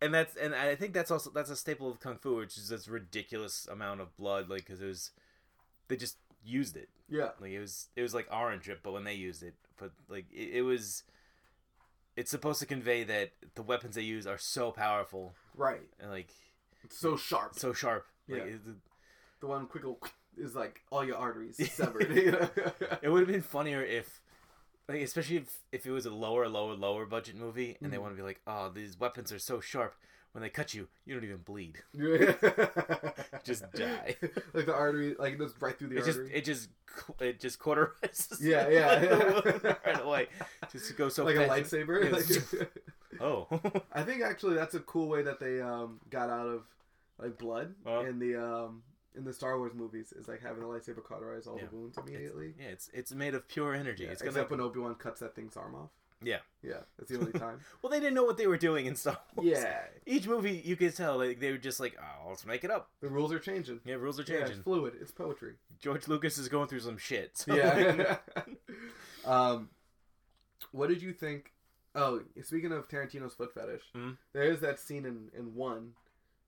Speaker 2: and that's and I think that's also that's a staple of kung fu, which is this ridiculous amount of blood, like because it was they just used it,
Speaker 1: yeah.
Speaker 2: like it was it was like orange drip, but when they used it, but like it, it was. It's supposed to convey that the weapons they use are so powerful
Speaker 1: Right.
Speaker 2: and like
Speaker 1: It's so sharp.
Speaker 2: so sharp. Like,
Speaker 1: Yeah.
Speaker 2: it,
Speaker 1: the one quick little is like all your arteries severed. you know?
Speaker 2: it would have been funnier if, like, especially if, if it was a lower, lower, lower budget movie, and they
Speaker 1: Mhm.
Speaker 2: want to be like, oh, these weapons are so sharp. When they cut you, you don't even bleed. Just die.
Speaker 1: like the artery, like just right through the
Speaker 2: It just,
Speaker 1: artery.
Speaker 2: it just, cu- it just cauterizes.
Speaker 1: Yeah, yeah, yeah.
Speaker 2: right away. Just to go so
Speaker 1: like a
Speaker 2: fast.
Speaker 1: lightsaber.
Speaker 2: Yeah,
Speaker 1: Like-
Speaker 2: Oh,
Speaker 1: I think actually that's a cool way that they um, got out of like blood
Speaker 2: Well-
Speaker 1: in the um, in the Star Wars movies is like having the lightsaber cauterize all
Speaker 2: Yeah.
Speaker 1: the wounds
Speaker 2: it's,
Speaker 1: immediately.
Speaker 2: yeah, it's it's made of pure energy.
Speaker 1: Yeah,
Speaker 2: it's gonna.
Speaker 1: except when Obi Wan cuts that thing's arm off.
Speaker 2: Yeah.
Speaker 1: yeah, that's the only time.
Speaker 2: Well, they didn't know what they were doing in Star Wars.
Speaker 1: yeah,
Speaker 2: Each movie, you could tell like, they were just like, "Oh, let's make it up."
Speaker 1: the rules are changing.
Speaker 2: Yeah, rules are
Speaker 1: Yeah,
Speaker 2: changing.
Speaker 1: it's fluid. It's poetry.
Speaker 2: George Lucas is going through some shit. so-
Speaker 1: Yeah. um, what did you think? Oh, speaking of Tarantino's foot fetish,
Speaker 2: Mhm.
Speaker 1: there is that scene in in one,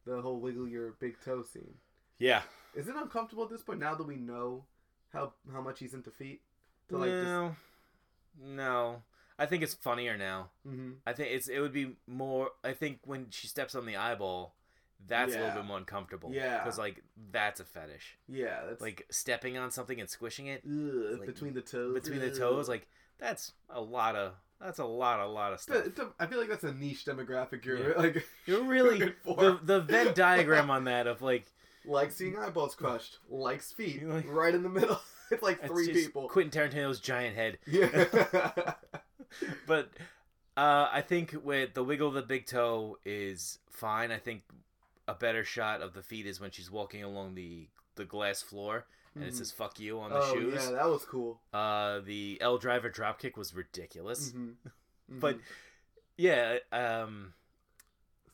Speaker 1: the whole wiggle your big toe scene.
Speaker 2: yeah.
Speaker 1: Is it uncomfortable at this point now that we know how how much he's into feet? To like just-
Speaker 2: no, no. I think it's funnier now.
Speaker 1: Mhm.
Speaker 2: I think it's it would be more. I think when she steps on the eyeball, that's a
Speaker 1: Yeah.
Speaker 2: little bit more uncomfortable.
Speaker 1: Yeah.
Speaker 2: because like that's a fetish.
Speaker 1: Yeah, that's
Speaker 2: Like stepping on something and squishing it
Speaker 1: ugh,
Speaker 2: like,
Speaker 1: between the toes.
Speaker 2: between the
Speaker 1: ugh.
Speaker 2: toes, like that's a lot of that's a lot a lot of
Speaker 1: It's a-
Speaker 2: stuff.
Speaker 1: it's a- I feel like that's a niche demographic you're
Speaker 2: Yeah.
Speaker 1: like
Speaker 2: You're really
Speaker 1: good
Speaker 2: the
Speaker 1: for.
Speaker 2: the Venn diagram on that of like
Speaker 1: likes seeing eyeballs crushed, likes feet,
Speaker 2: You like-
Speaker 1: right in the middle. it's like
Speaker 2: it's
Speaker 1: three
Speaker 2: just
Speaker 1: people.
Speaker 2: Quentin Tarantino's giant head,
Speaker 1: Yeah.
Speaker 2: but Uh, I think with the wiggle of the big toe is fine. I think a better shot of the feet is when she's walking along the the glass floor and it
Speaker 1: Mhm.
Speaker 2: says "fuck you" on the
Speaker 1: oh
Speaker 2: shoes.
Speaker 1: yeah, that was cool.
Speaker 2: Uh, the L driver dropkick was ridiculous.
Speaker 1: Mhm. Mhm.
Speaker 2: But yeah, um,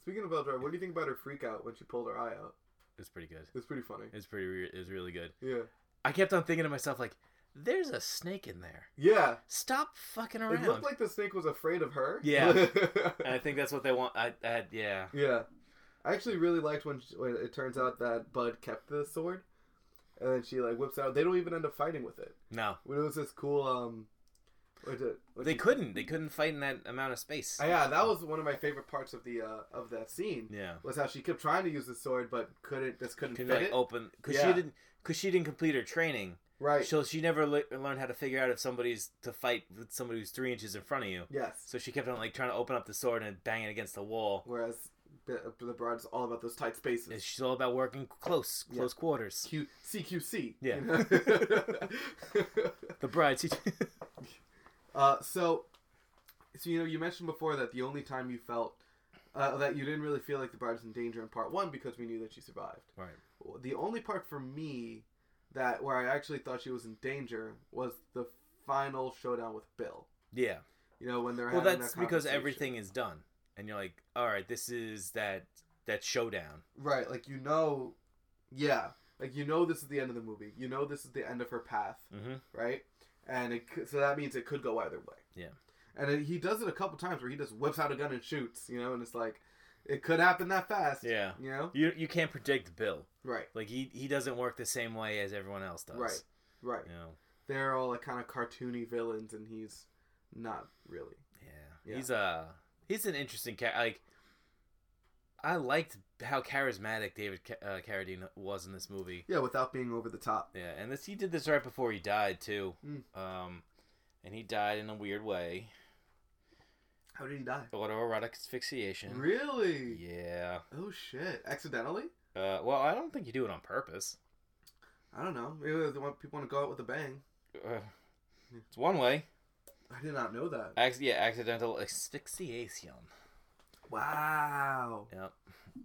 Speaker 1: speaking of Eldra, what do you think about her freak out when she pulled her eye out?
Speaker 2: it's pretty good.
Speaker 1: It's pretty funny.
Speaker 2: It's pretty. Re- it's really good.
Speaker 1: Yeah,
Speaker 2: I kept on thinking to myself like, "There's a snake in there.
Speaker 1: yeah.
Speaker 2: Stop fucking
Speaker 1: It
Speaker 2: around."
Speaker 1: looked like the snake was afraid of her.
Speaker 2: Yeah. and I think that's what they want. I, I yeah.
Speaker 1: yeah. I actually really liked when, she, when it turns out that Bud kept the sword, and then she like whips it out. They don't even end up fighting with it.
Speaker 2: No,
Speaker 1: When it was this cool um, what did, what
Speaker 2: they
Speaker 1: did-
Speaker 2: couldn't. They couldn't fight in that amount of space.
Speaker 1: Uh, yeah, that was one of my favorite parts of the uh, of that scene
Speaker 2: yeah.
Speaker 1: was how she kept trying to use the sword but couldn't just couldn't
Speaker 2: Can
Speaker 1: fit
Speaker 2: like oh,
Speaker 1: it.
Speaker 2: open because
Speaker 1: Yeah.
Speaker 2: she didn't because she didn't complete her training,
Speaker 1: Right.
Speaker 2: so she never le- learned how to figure out if somebody's to fight with somebody who's three inches in front of you.
Speaker 1: yes.
Speaker 2: So she kept on like trying to open up the sword and bang it against the wall.
Speaker 1: Whereas the, the broad is all about those tight spaces.
Speaker 2: It's- She's all about working close,
Speaker 1: Yeah.
Speaker 2: close quarters.
Speaker 1: Q- CQC.
Speaker 2: Yeah.
Speaker 1: you know?
Speaker 2: The bride, she,
Speaker 1: uh, so, so you know, you mentioned before that the only time you felt uh, that you didn't really feel like the bride was in danger in part one because we knew that she survived.
Speaker 2: right?
Speaker 1: The only part for me that where I actually thought she was in danger was the final showdown with Bill.
Speaker 2: Yeah.
Speaker 1: You know, when they're
Speaker 2: Well,
Speaker 1: having
Speaker 2: that's
Speaker 1: that
Speaker 2: because
Speaker 1: conversation.
Speaker 2: everything is done, and you're like, all right, this is that that showdown.
Speaker 1: right? Like you know, yeah, like you know, this is the end of the movie. You know, this is the end of her path.
Speaker 2: Mm-hmm.
Speaker 1: right? And it, could- so that means it could go either way.
Speaker 2: Yeah.
Speaker 1: And it, he does it a couple times where he just whips out a gun and shoots, you know, and it's like it could happen that fast.
Speaker 2: Yeah.
Speaker 1: You know?
Speaker 2: You you can't predict Bill.
Speaker 1: Right.
Speaker 2: Like he he doesn't work the same way as everyone else does.
Speaker 1: Right. Right.
Speaker 2: You know.
Speaker 1: They're all like kind of cartoony villains and he's not really.
Speaker 2: Yeah.
Speaker 1: Yeah.
Speaker 2: He's a he's an interesting cat. Like I liked how charismatic David Ca- uh, Carradine was in this movie.
Speaker 1: Yeah, without being over the top.
Speaker 2: Yeah, and this he did this right before he died too.
Speaker 1: Mm.
Speaker 2: Um, and he died in a weird way,
Speaker 1: How did he die?
Speaker 2: autoerotic asphyxiation.
Speaker 1: Really?
Speaker 2: Yeah.
Speaker 1: Oh shit. Accidentally?
Speaker 2: Uh, well, I don't think you do it on purpose.
Speaker 1: I don't know. Maybe they want people want to go out with a bang.
Speaker 2: Uh, it's one way.
Speaker 1: I did not know that.
Speaker 2: Acc- yeah, accidental asphyxiation.
Speaker 1: Wow.
Speaker 2: Yep.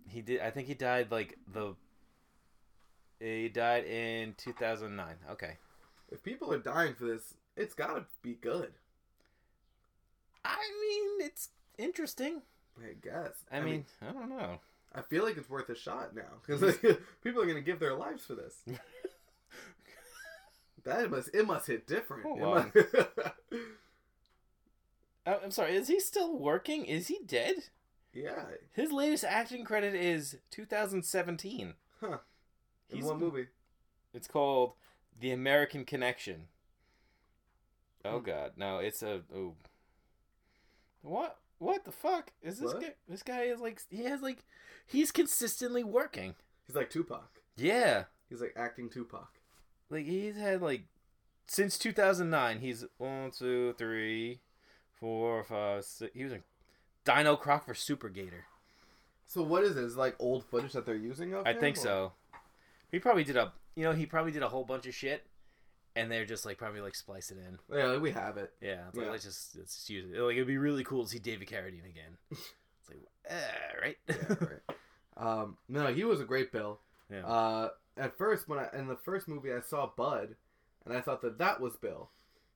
Speaker 2: He did. I think he died like the. He died in two thousand nine. Okay.
Speaker 1: If people are dying for this, it's got to be good.
Speaker 2: I mean, it's interesting.
Speaker 1: I guess.
Speaker 2: I, mean, I don't know.
Speaker 1: I feel like it's worth a shot now because people are going to give their lives for this. that must it must hit different.
Speaker 2: Hold
Speaker 1: It
Speaker 2: on.
Speaker 1: must-
Speaker 2: I- Oh, I'm sorry. Is he still working? Is he dead?
Speaker 1: yeah,
Speaker 2: His latest acting credit is 2017.
Speaker 1: Huh. in
Speaker 2: He's,
Speaker 1: one movie.
Speaker 2: It's called The American Connection. Oh
Speaker 1: Hmm.
Speaker 2: God, no! It's a oh. What? What the fuck is this
Speaker 1: What?
Speaker 2: guy? This guy is like he has like he's consistently working.
Speaker 1: He's like Tupac.
Speaker 2: Yeah,
Speaker 1: He's like acting Tupac.
Speaker 2: like he's had like since 2009 he's one two three four five six he was in dino croc for super gator
Speaker 1: So what is this? Like old footage that they're using of
Speaker 2: i
Speaker 1: him,
Speaker 2: think
Speaker 1: or-
Speaker 2: so he probably did a you know he probably did a whole bunch of shit and they're just like probably like splice it in
Speaker 1: Yeah, like, we have it.
Speaker 2: yeah, it's like,
Speaker 1: Yeah.
Speaker 2: let's just let's just use it like it'd be really cool to see david carradine again it's like uh, right
Speaker 1: Yeah, right. um, no, he was a great Bill.
Speaker 2: Yeah.
Speaker 1: Uh, at first, when I in the first movie, I saw Bud, and I thought that that was Bill,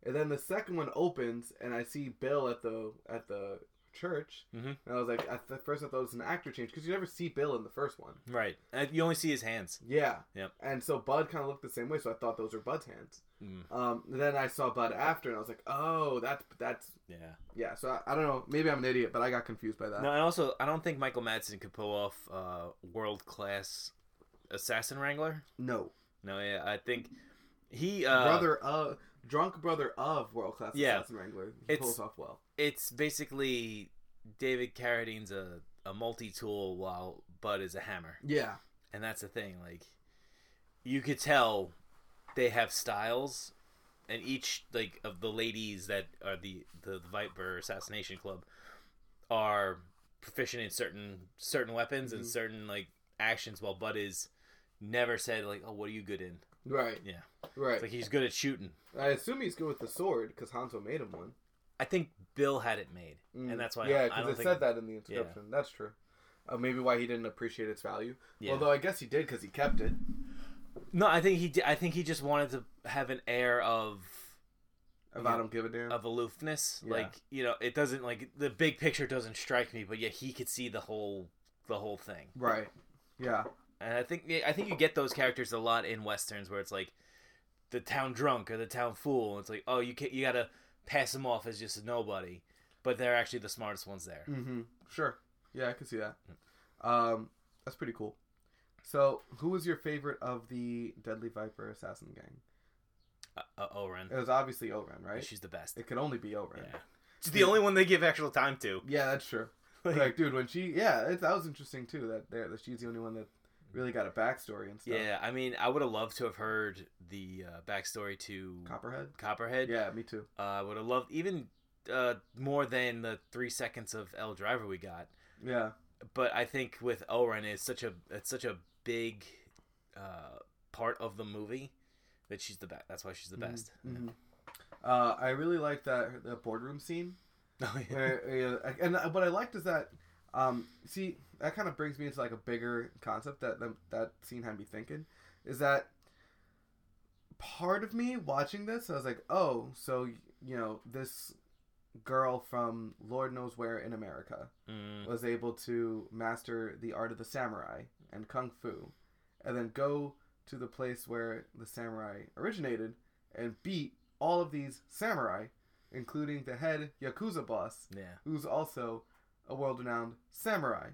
Speaker 1: and then the second one opens, and I see Bill at the at the church,
Speaker 2: Mhm.
Speaker 1: and I was like, at the first I thought it was an actor change because you never see Bill in the first one.
Speaker 2: right Uh, you only see his hands
Speaker 1: Yeah.
Speaker 2: Yep.
Speaker 1: And so Bud kind of looked the same way, so I thought those were Bud's hands.
Speaker 2: Mm,
Speaker 1: Um, then I saw Bud after, and I was like, oh, that's that's
Speaker 2: yeah
Speaker 1: yeah. So I, I don't know, maybe I'm an idiot, but I got confused by that.
Speaker 2: No, and also I don't think Michael Madsen could pull off uh, world class assassin wrangler.
Speaker 1: No.
Speaker 2: No, yeah, I think he uh,
Speaker 1: brother of drunk brother of world class
Speaker 2: Yeah.
Speaker 1: assassin wrangler. He
Speaker 2: It's-
Speaker 1: pulls off well.
Speaker 2: It's basically David Carradine's a, a multi tool while Bud is a hammer,
Speaker 1: Yeah.
Speaker 2: and that's the thing. Like you could tell they have styles, and each like of the ladies that are the the, Viper Assassination Club are proficient in certain certain weapons and
Speaker 1: Mhm.
Speaker 2: certain like actions, while Bud is never said like, "Oh, what are you good in?"
Speaker 1: Right.
Speaker 2: Yeah.
Speaker 1: Right.
Speaker 2: It's like he's good at shooting.
Speaker 1: I assume he's good with the sword because Hanzo made him one.
Speaker 2: I think Bill had it made,
Speaker 1: Mm.
Speaker 2: and that's why.
Speaker 1: Yeah,
Speaker 2: I, I
Speaker 1: because
Speaker 2: don't
Speaker 1: it
Speaker 2: think,
Speaker 1: said that in the inscription. That's true. Uh, maybe why he didn't appreciate its value.
Speaker 2: Yeah.
Speaker 1: Although I guess he did because he kept it.
Speaker 2: no, I think he. Did, I think he just wanted to have an air of
Speaker 1: About
Speaker 2: Yeah.
Speaker 1: him give a damn.
Speaker 2: of aloofness.
Speaker 1: Yeah.
Speaker 2: Like you know, it doesn't like the big picture doesn't strike me, but yet he could see the whole the whole thing.
Speaker 1: Right. Yeah.
Speaker 2: And I think I think you get those characters a lot in westerns where it's like the town drunk or the town fool. it's like oh you can, you gotta pass them off as just a nobody, but they're actually the smartest ones there.
Speaker 1: Mm-hmm. Sure. Yeah, I can see that.
Speaker 2: Mm.
Speaker 1: Um, that's pretty cool. So, who was your favorite of the Deadly Viper Assassin gang?
Speaker 2: Uh, uh, Oren,
Speaker 1: It was obviously Oren, right?
Speaker 2: she's the best.
Speaker 1: It could only be Oren.
Speaker 2: Yeah. She's the only one they give actual time to.
Speaker 1: Yeah, that's true.
Speaker 2: Like-
Speaker 1: Like, dude, when she, yeah, it, that was interesting too. That there, that she's the only one that really got a backstory and stuff.
Speaker 2: Yeah, I mean, I would have loved to have heard the uh, backstory to
Speaker 1: Copperhead.
Speaker 2: Copperhead.
Speaker 1: Yeah, me too.
Speaker 2: Uh, I would have loved even uh, more than the three seconds of L Driver we got.
Speaker 1: Yeah.
Speaker 2: But I think with Oren, it's such a it's such a big uh, part of the movie that she's the best. That's why she's the
Speaker 1: Mhm.
Speaker 2: best.
Speaker 1: Mhm. Uh, I really liked that the boardroom scene
Speaker 2: Oh, yeah.
Speaker 1: where, uh, and what I liked is that, um, see, that kind of brings me into like a bigger concept that that, that scene had me thinking, is that part of me watching this, I was like, oh, so you know, this girl from Lord knows where in America
Speaker 2: Mm,
Speaker 1: was able to master the art of the samurai and kung fu, and then go to the place where the samurai originated and beat all of these samurai, including the head yakuza boss,
Speaker 2: yeah.
Speaker 1: who's also a world-renowned samurai.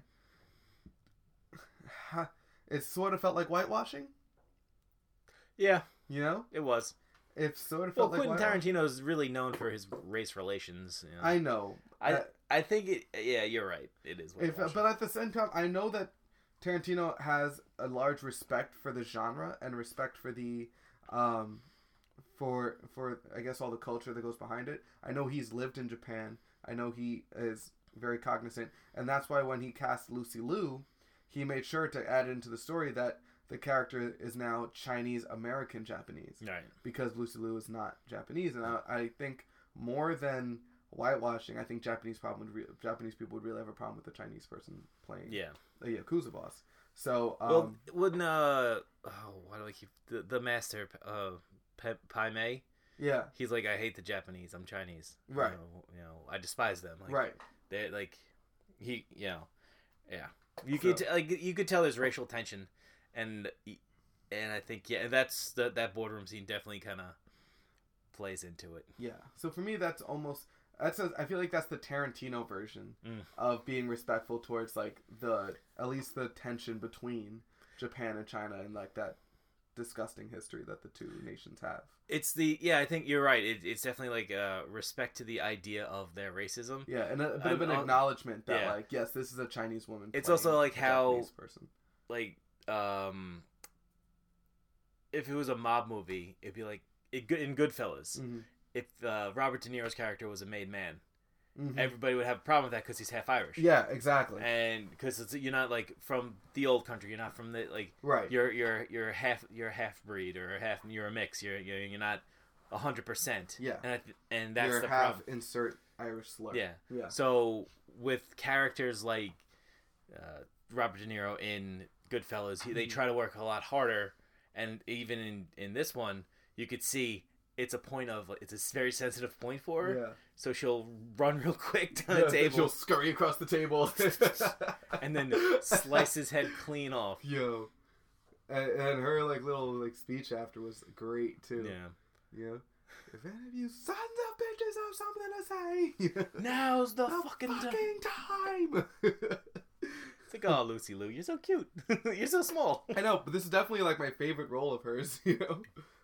Speaker 1: Ha- it sort of felt like whitewashing,
Speaker 2: Yeah,
Speaker 1: you know.
Speaker 2: it was.
Speaker 1: It sort of
Speaker 2: Well,
Speaker 1: felt like
Speaker 2: Quentin
Speaker 1: whitewash-
Speaker 2: Tarantino is really known for his race relations. You know?
Speaker 1: I know.
Speaker 2: I,
Speaker 1: that-
Speaker 2: I think it. Yeah, you're right. It is.
Speaker 1: If,
Speaker 2: whitewashing.
Speaker 1: but at the same time, I know that Tarantino has a large respect for the genre and respect for the, um, for for I guess all the culture that goes behind it. I know he's lived in Japan. I know he is very cognizant, and that's why when he cast Lucy Liu, he made sure to add into the story that the character is now Chinese American Japanese
Speaker 2: All right.
Speaker 1: because Lucy Liu is not Japanese, and I, I think more than whitewashing, I think Japanese problem would re- Japanese people would really have a problem with a Chinese person playing
Speaker 2: Yeah.
Speaker 1: a yakuza boss. So um,
Speaker 2: Well, wouldn't uh, oh, why do I keep the, the master uh, Pe- Pai Mei?
Speaker 1: yeah,
Speaker 2: He's like, I hate the Japanese. I'm Chinese. You
Speaker 1: Right.
Speaker 2: know, you know, I despise them. Like,
Speaker 1: right,
Speaker 2: They like, he, you know, yeah. You could
Speaker 1: So-
Speaker 2: t- like you could tell there's racial tension, and and I think yeah, that's the, that boardroom scene definitely kind of plays into it.
Speaker 1: yeah. So for me, that's almost that's a, I feel like that's the Tarantino version
Speaker 2: Mm.
Speaker 1: of being respectful towards like the at least the tension between Japan and China and like that disgusting history that the two nations have.
Speaker 2: It's the yeah, I think you're right. It, it's definitely like uh, respect to the idea of their racism.
Speaker 1: Yeah, and a, bit
Speaker 2: And
Speaker 1: of an
Speaker 2: all-
Speaker 1: acknowledgement that
Speaker 2: yeah.
Speaker 1: like yes, this is a Chinese woman.
Speaker 2: It's
Speaker 1: playing
Speaker 2: also, like,
Speaker 1: a
Speaker 2: how-
Speaker 1: Japanese person.
Speaker 2: like um if it was a mob movie it'd be like it, good- in goodfellas
Speaker 1: Mhm.
Speaker 2: if uh, robert de niro's character was a made man
Speaker 1: Mhm.
Speaker 2: everybody would have a problem with that because he's half irish
Speaker 1: Yeah, exactly.
Speaker 2: and because you're not like from the old country you're not from the like
Speaker 1: right.
Speaker 2: you're you're you're half you're a half breed or a half you're a mix you're you're, you're not 100%
Speaker 1: Yeah.
Speaker 2: and, I th- and that's
Speaker 1: You're
Speaker 2: the
Speaker 1: half
Speaker 2: problem
Speaker 1: insert Irish slur.
Speaker 2: yeah
Speaker 1: Yeah.
Speaker 2: so with characters like uh, Robert De Niro in Goodfellas, he,
Speaker 1: Mm-hmm.
Speaker 2: they try to work a lot harder, and even in in this one, you could see it's a point of it's a very sensitive point for her.
Speaker 1: Yeah.
Speaker 2: So she'll run real quick to
Speaker 1: Yeah,
Speaker 2: the
Speaker 1: She'll
Speaker 2: table
Speaker 1: scurry across the table.
Speaker 2: and then slice his head clean off.
Speaker 1: Yo. And, and her like little like speech after was great too.
Speaker 2: Yeah.
Speaker 1: You know? If any of you sons of bitches have something to say
Speaker 2: Now's the
Speaker 1: the
Speaker 2: fucking, time.
Speaker 1: fucking time
Speaker 2: It's like, oh, Lucy Lou, you're so cute. you're so small.
Speaker 1: I know, but this is definitely like my favorite role of hers, you know?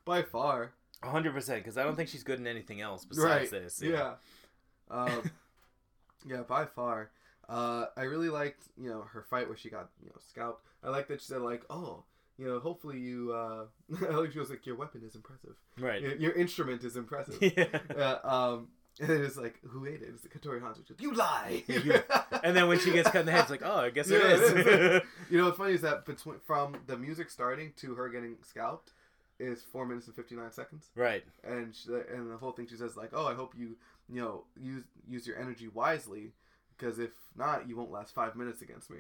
Speaker 1: By far.
Speaker 2: 100%, because I don't think she's good in anything else
Speaker 1: right.
Speaker 2: besides this.
Speaker 1: Yeah. Um, yeah, by far. Uh, I really liked, you know, her fight where she got, you know, scalped. I like that she said, like, oh, you know, hopefully you, uh, I like she was like, your weapon is impressive.
Speaker 2: Right.
Speaker 1: Your, your instrument is impressive.
Speaker 2: Yeah.
Speaker 1: uh, um, and it was like, who ate it? It's Katori Hanzo. She's like, you lie!
Speaker 2: And then when she gets cut in the head, it's like, oh, I guess
Speaker 1: Yeah,
Speaker 2: it
Speaker 1: it
Speaker 2: is.
Speaker 1: you know, what's funny is that between, from the music starting to her getting scalped, is four minutes and fifty nine seconds.
Speaker 2: Right.
Speaker 1: and she, and the whole thing she says like, "Oh, I hope you you know use use your energy wisely, because if not, you won't last five minutes against me."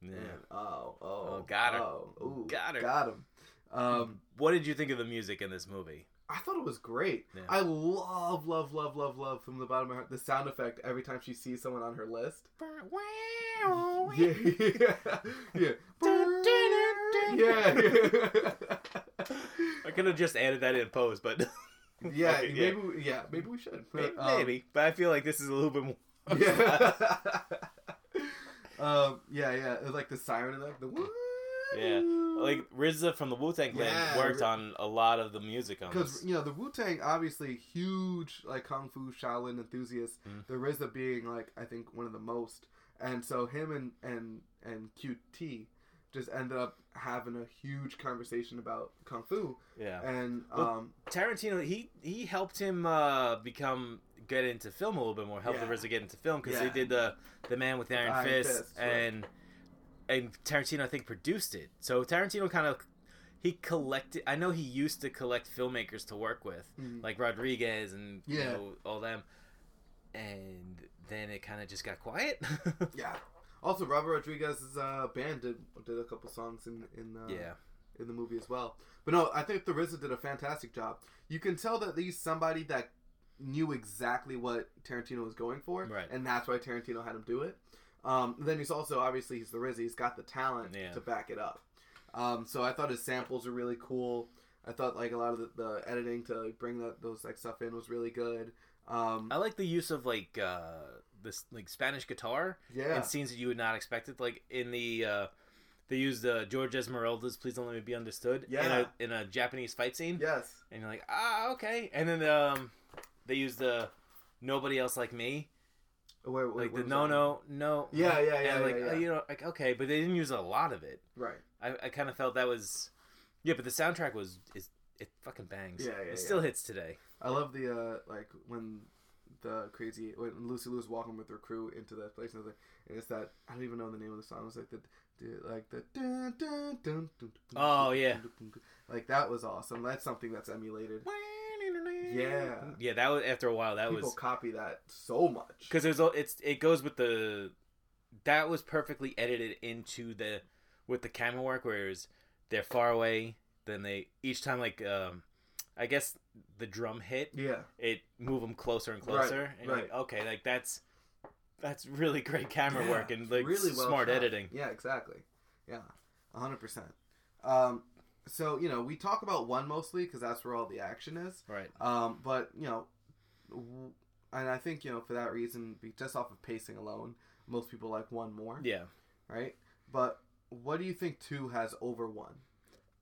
Speaker 2: Yeah.
Speaker 1: And, oh, oh,
Speaker 2: Oh, got her.
Speaker 1: Oh, ooh,
Speaker 2: Got her. Hmm.
Speaker 1: Got him. Um,
Speaker 2: What did you think of the music in this movie?
Speaker 1: I thought it was great.
Speaker 2: Yeah.
Speaker 1: I love, love, love, love, love from the bottom of my heart the sound effect every time she sees someone on her list. Yeah, yeah, yeah,
Speaker 2: I
Speaker 1: yeah.
Speaker 2: could have just added that in post, but
Speaker 1: yeah,
Speaker 2: Okay, yeah.
Speaker 1: maybe, we- yeah, maybe we should.
Speaker 2: maybe,
Speaker 1: Um,
Speaker 2: But I feel like this is a little bit more.
Speaker 1: yeah. um, yeah, yeah. It was like the siren of that. The woo.
Speaker 2: Yeah, like RZA from the Wu Tang Clan
Speaker 1: Yeah,
Speaker 2: worked
Speaker 1: Ri-
Speaker 2: on a lot of the music on
Speaker 1: because
Speaker 2: this.
Speaker 1: you know the Wu Tang, obviously huge like kung fu Shaolin enthusiasts.
Speaker 2: Mm.
Speaker 1: The RZA being like I think one of the most, and so him and and and QT just ended up having a huge conversation about kung fu
Speaker 2: Yeah,
Speaker 1: and
Speaker 2: Well,
Speaker 1: um
Speaker 2: Uh, Tarantino he he helped him uh, become get into film a little bit more. Helped
Speaker 1: Yeah.
Speaker 2: RZA get into film because
Speaker 1: Yeah.
Speaker 2: they did the the Man with Iron,
Speaker 1: Iron
Speaker 2: Fist,
Speaker 1: Fist, right.
Speaker 2: and and Tarantino I think produced it. So Tarantino kind of he collected. I know he used to collect filmmakers to work with.
Speaker 1: mhm.
Speaker 2: like Rodriguez and you
Speaker 1: Yeah.
Speaker 2: know all them, and then it kind of just got quiet.
Speaker 1: yeah. Also, Robert Rodriguez's uh, band did did a couple songs in in uh,
Speaker 2: yeah,
Speaker 1: in the movie as well. But no, I think the RZA did a fantastic job. You can tell that he's somebody that knew exactly what Tarantino was going for,
Speaker 2: Right.
Speaker 1: and that's why Tarantino had him do it. Um, then he's also obviously he's the RZA. He's got the talent
Speaker 2: Yeah.
Speaker 1: to back it up. Um, so I thought his samples were really cool. I thought like a lot of the, the editing to bring that those like stuff in was really good. Um,
Speaker 2: I like the use of like uh, this like Spanish guitar
Speaker 1: yeah,
Speaker 2: in scenes that you would not expect it. Like in the uh, they used uh, George Esmeralda's "Please Don't Let Me Be Understood"
Speaker 1: Yeah.
Speaker 2: in, a, in a Japanese fight scene,
Speaker 1: yes,
Speaker 2: and you're like, ah, okay. And then um, they used the "Nobody Else Like Me,"
Speaker 1: Where- where-
Speaker 2: like
Speaker 1: where
Speaker 2: the
Speaker 1: was
Speaker 2: no,
Speaker 1: that?
Speaker 2: no, no,
Speaker 1: Yeah, yeah, yeah,
Speaker 2: and like
Speaker 1: yeah, yeah.
Speaker 2: uh, you know, like okay, but they didn't use a lot of it.
Speaker 1: right.
Speaker 2: I, I kind of felt that was, yeah, but the soundtrack was is it fucking bangs.
Speaker 1: Yeah, yeah,
Speaker 2: it
Speaker 1: yeah.
Speaker 2: still hits today.
Speaker 1: I love the uh, like when the crazy when Lucy Liu's walking with her crew into that place and, it's like, and it's that I don't even know the name of the song. It's like the the- like the dun, dun, dun, dun, dun,
Speaker 2: Oh,
Speaker 1: dun,
Speaker 2: yeah.
Speaker 1: dun, dun, dun. like that was awesome. That's something that's emulated. Yeah.
Speaker 2: yeah, that was after a while. That
Speaker 1: People
Speaker 2: was
Speaker 1: copy that so much.
Speaker 2: because there's a- it's it goes with the that was perfectly edited into the with the camera work whereas they're far away then they each time like um I guess the drum hit
Speaker 1: Yeah,
Speaker 2: it move them closer and closer and you're
Speaker 1: right.
Speaker 2: like okay like that's that's really great camera
Speaker 1: Yeah,
Speaker 2: work and like
Speaker 1: really well
Speaker 2: smart
Speaker 1: shot.
Speaker 2: editing
Speaker 1: Yeah, exactly. Yeah, hundred percent. Um, so you know we talk about one mostly because that's where all the action is.
Speaker 2: right
Speaker 1: Um, but you know, w- and I think you know for that reason, be- just off of pacing alone, most people like one more,
Speaker 2: yeah
Speaker 1: right? But what do you think two has over one?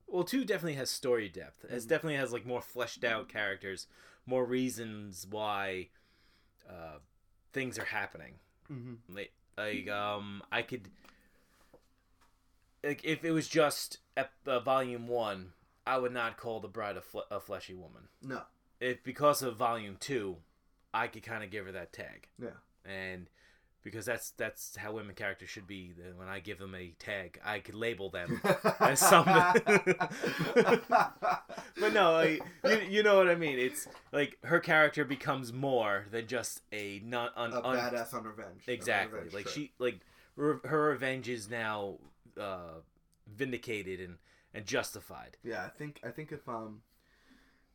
Speaker 2: Well, two definitely has story depth. It
Speaker 1: Mhm.
Speaker 2: definitely has like more fleshed out
Speaker 1: Mm-hmm.
Speaker 2: characters, more reasons why uh, things are happening.
Speaker 1: Mm-hmm.
Speaker 2: Like, like um, I could like if it was just ep- uh, volume one, I would not call the bride a, fle- a fleshy woman.
Speaker 1: No,
Speaker 2: If because of volume two, I could kind of give her that tag.
Speaker 1: Yeah.
Speaker 2: and. Because that's that's how women characters should be. Then When I give them a tag, I could label them That's something. But no, like, you, you know what I mean. It's like her character becomes more than just a not un,
Speaker 1: a
Speaker 2: un-
Speaker 1: badass on revenge.
Speaker 2: exactly.
Speaker 1: On revenge,
Speaker 2: like
Speaker 1: sure.
Speaker 2: she like re- her revenge is now uh, vindicated and and justified.
Speaker 1: Yeah, I think I think if um,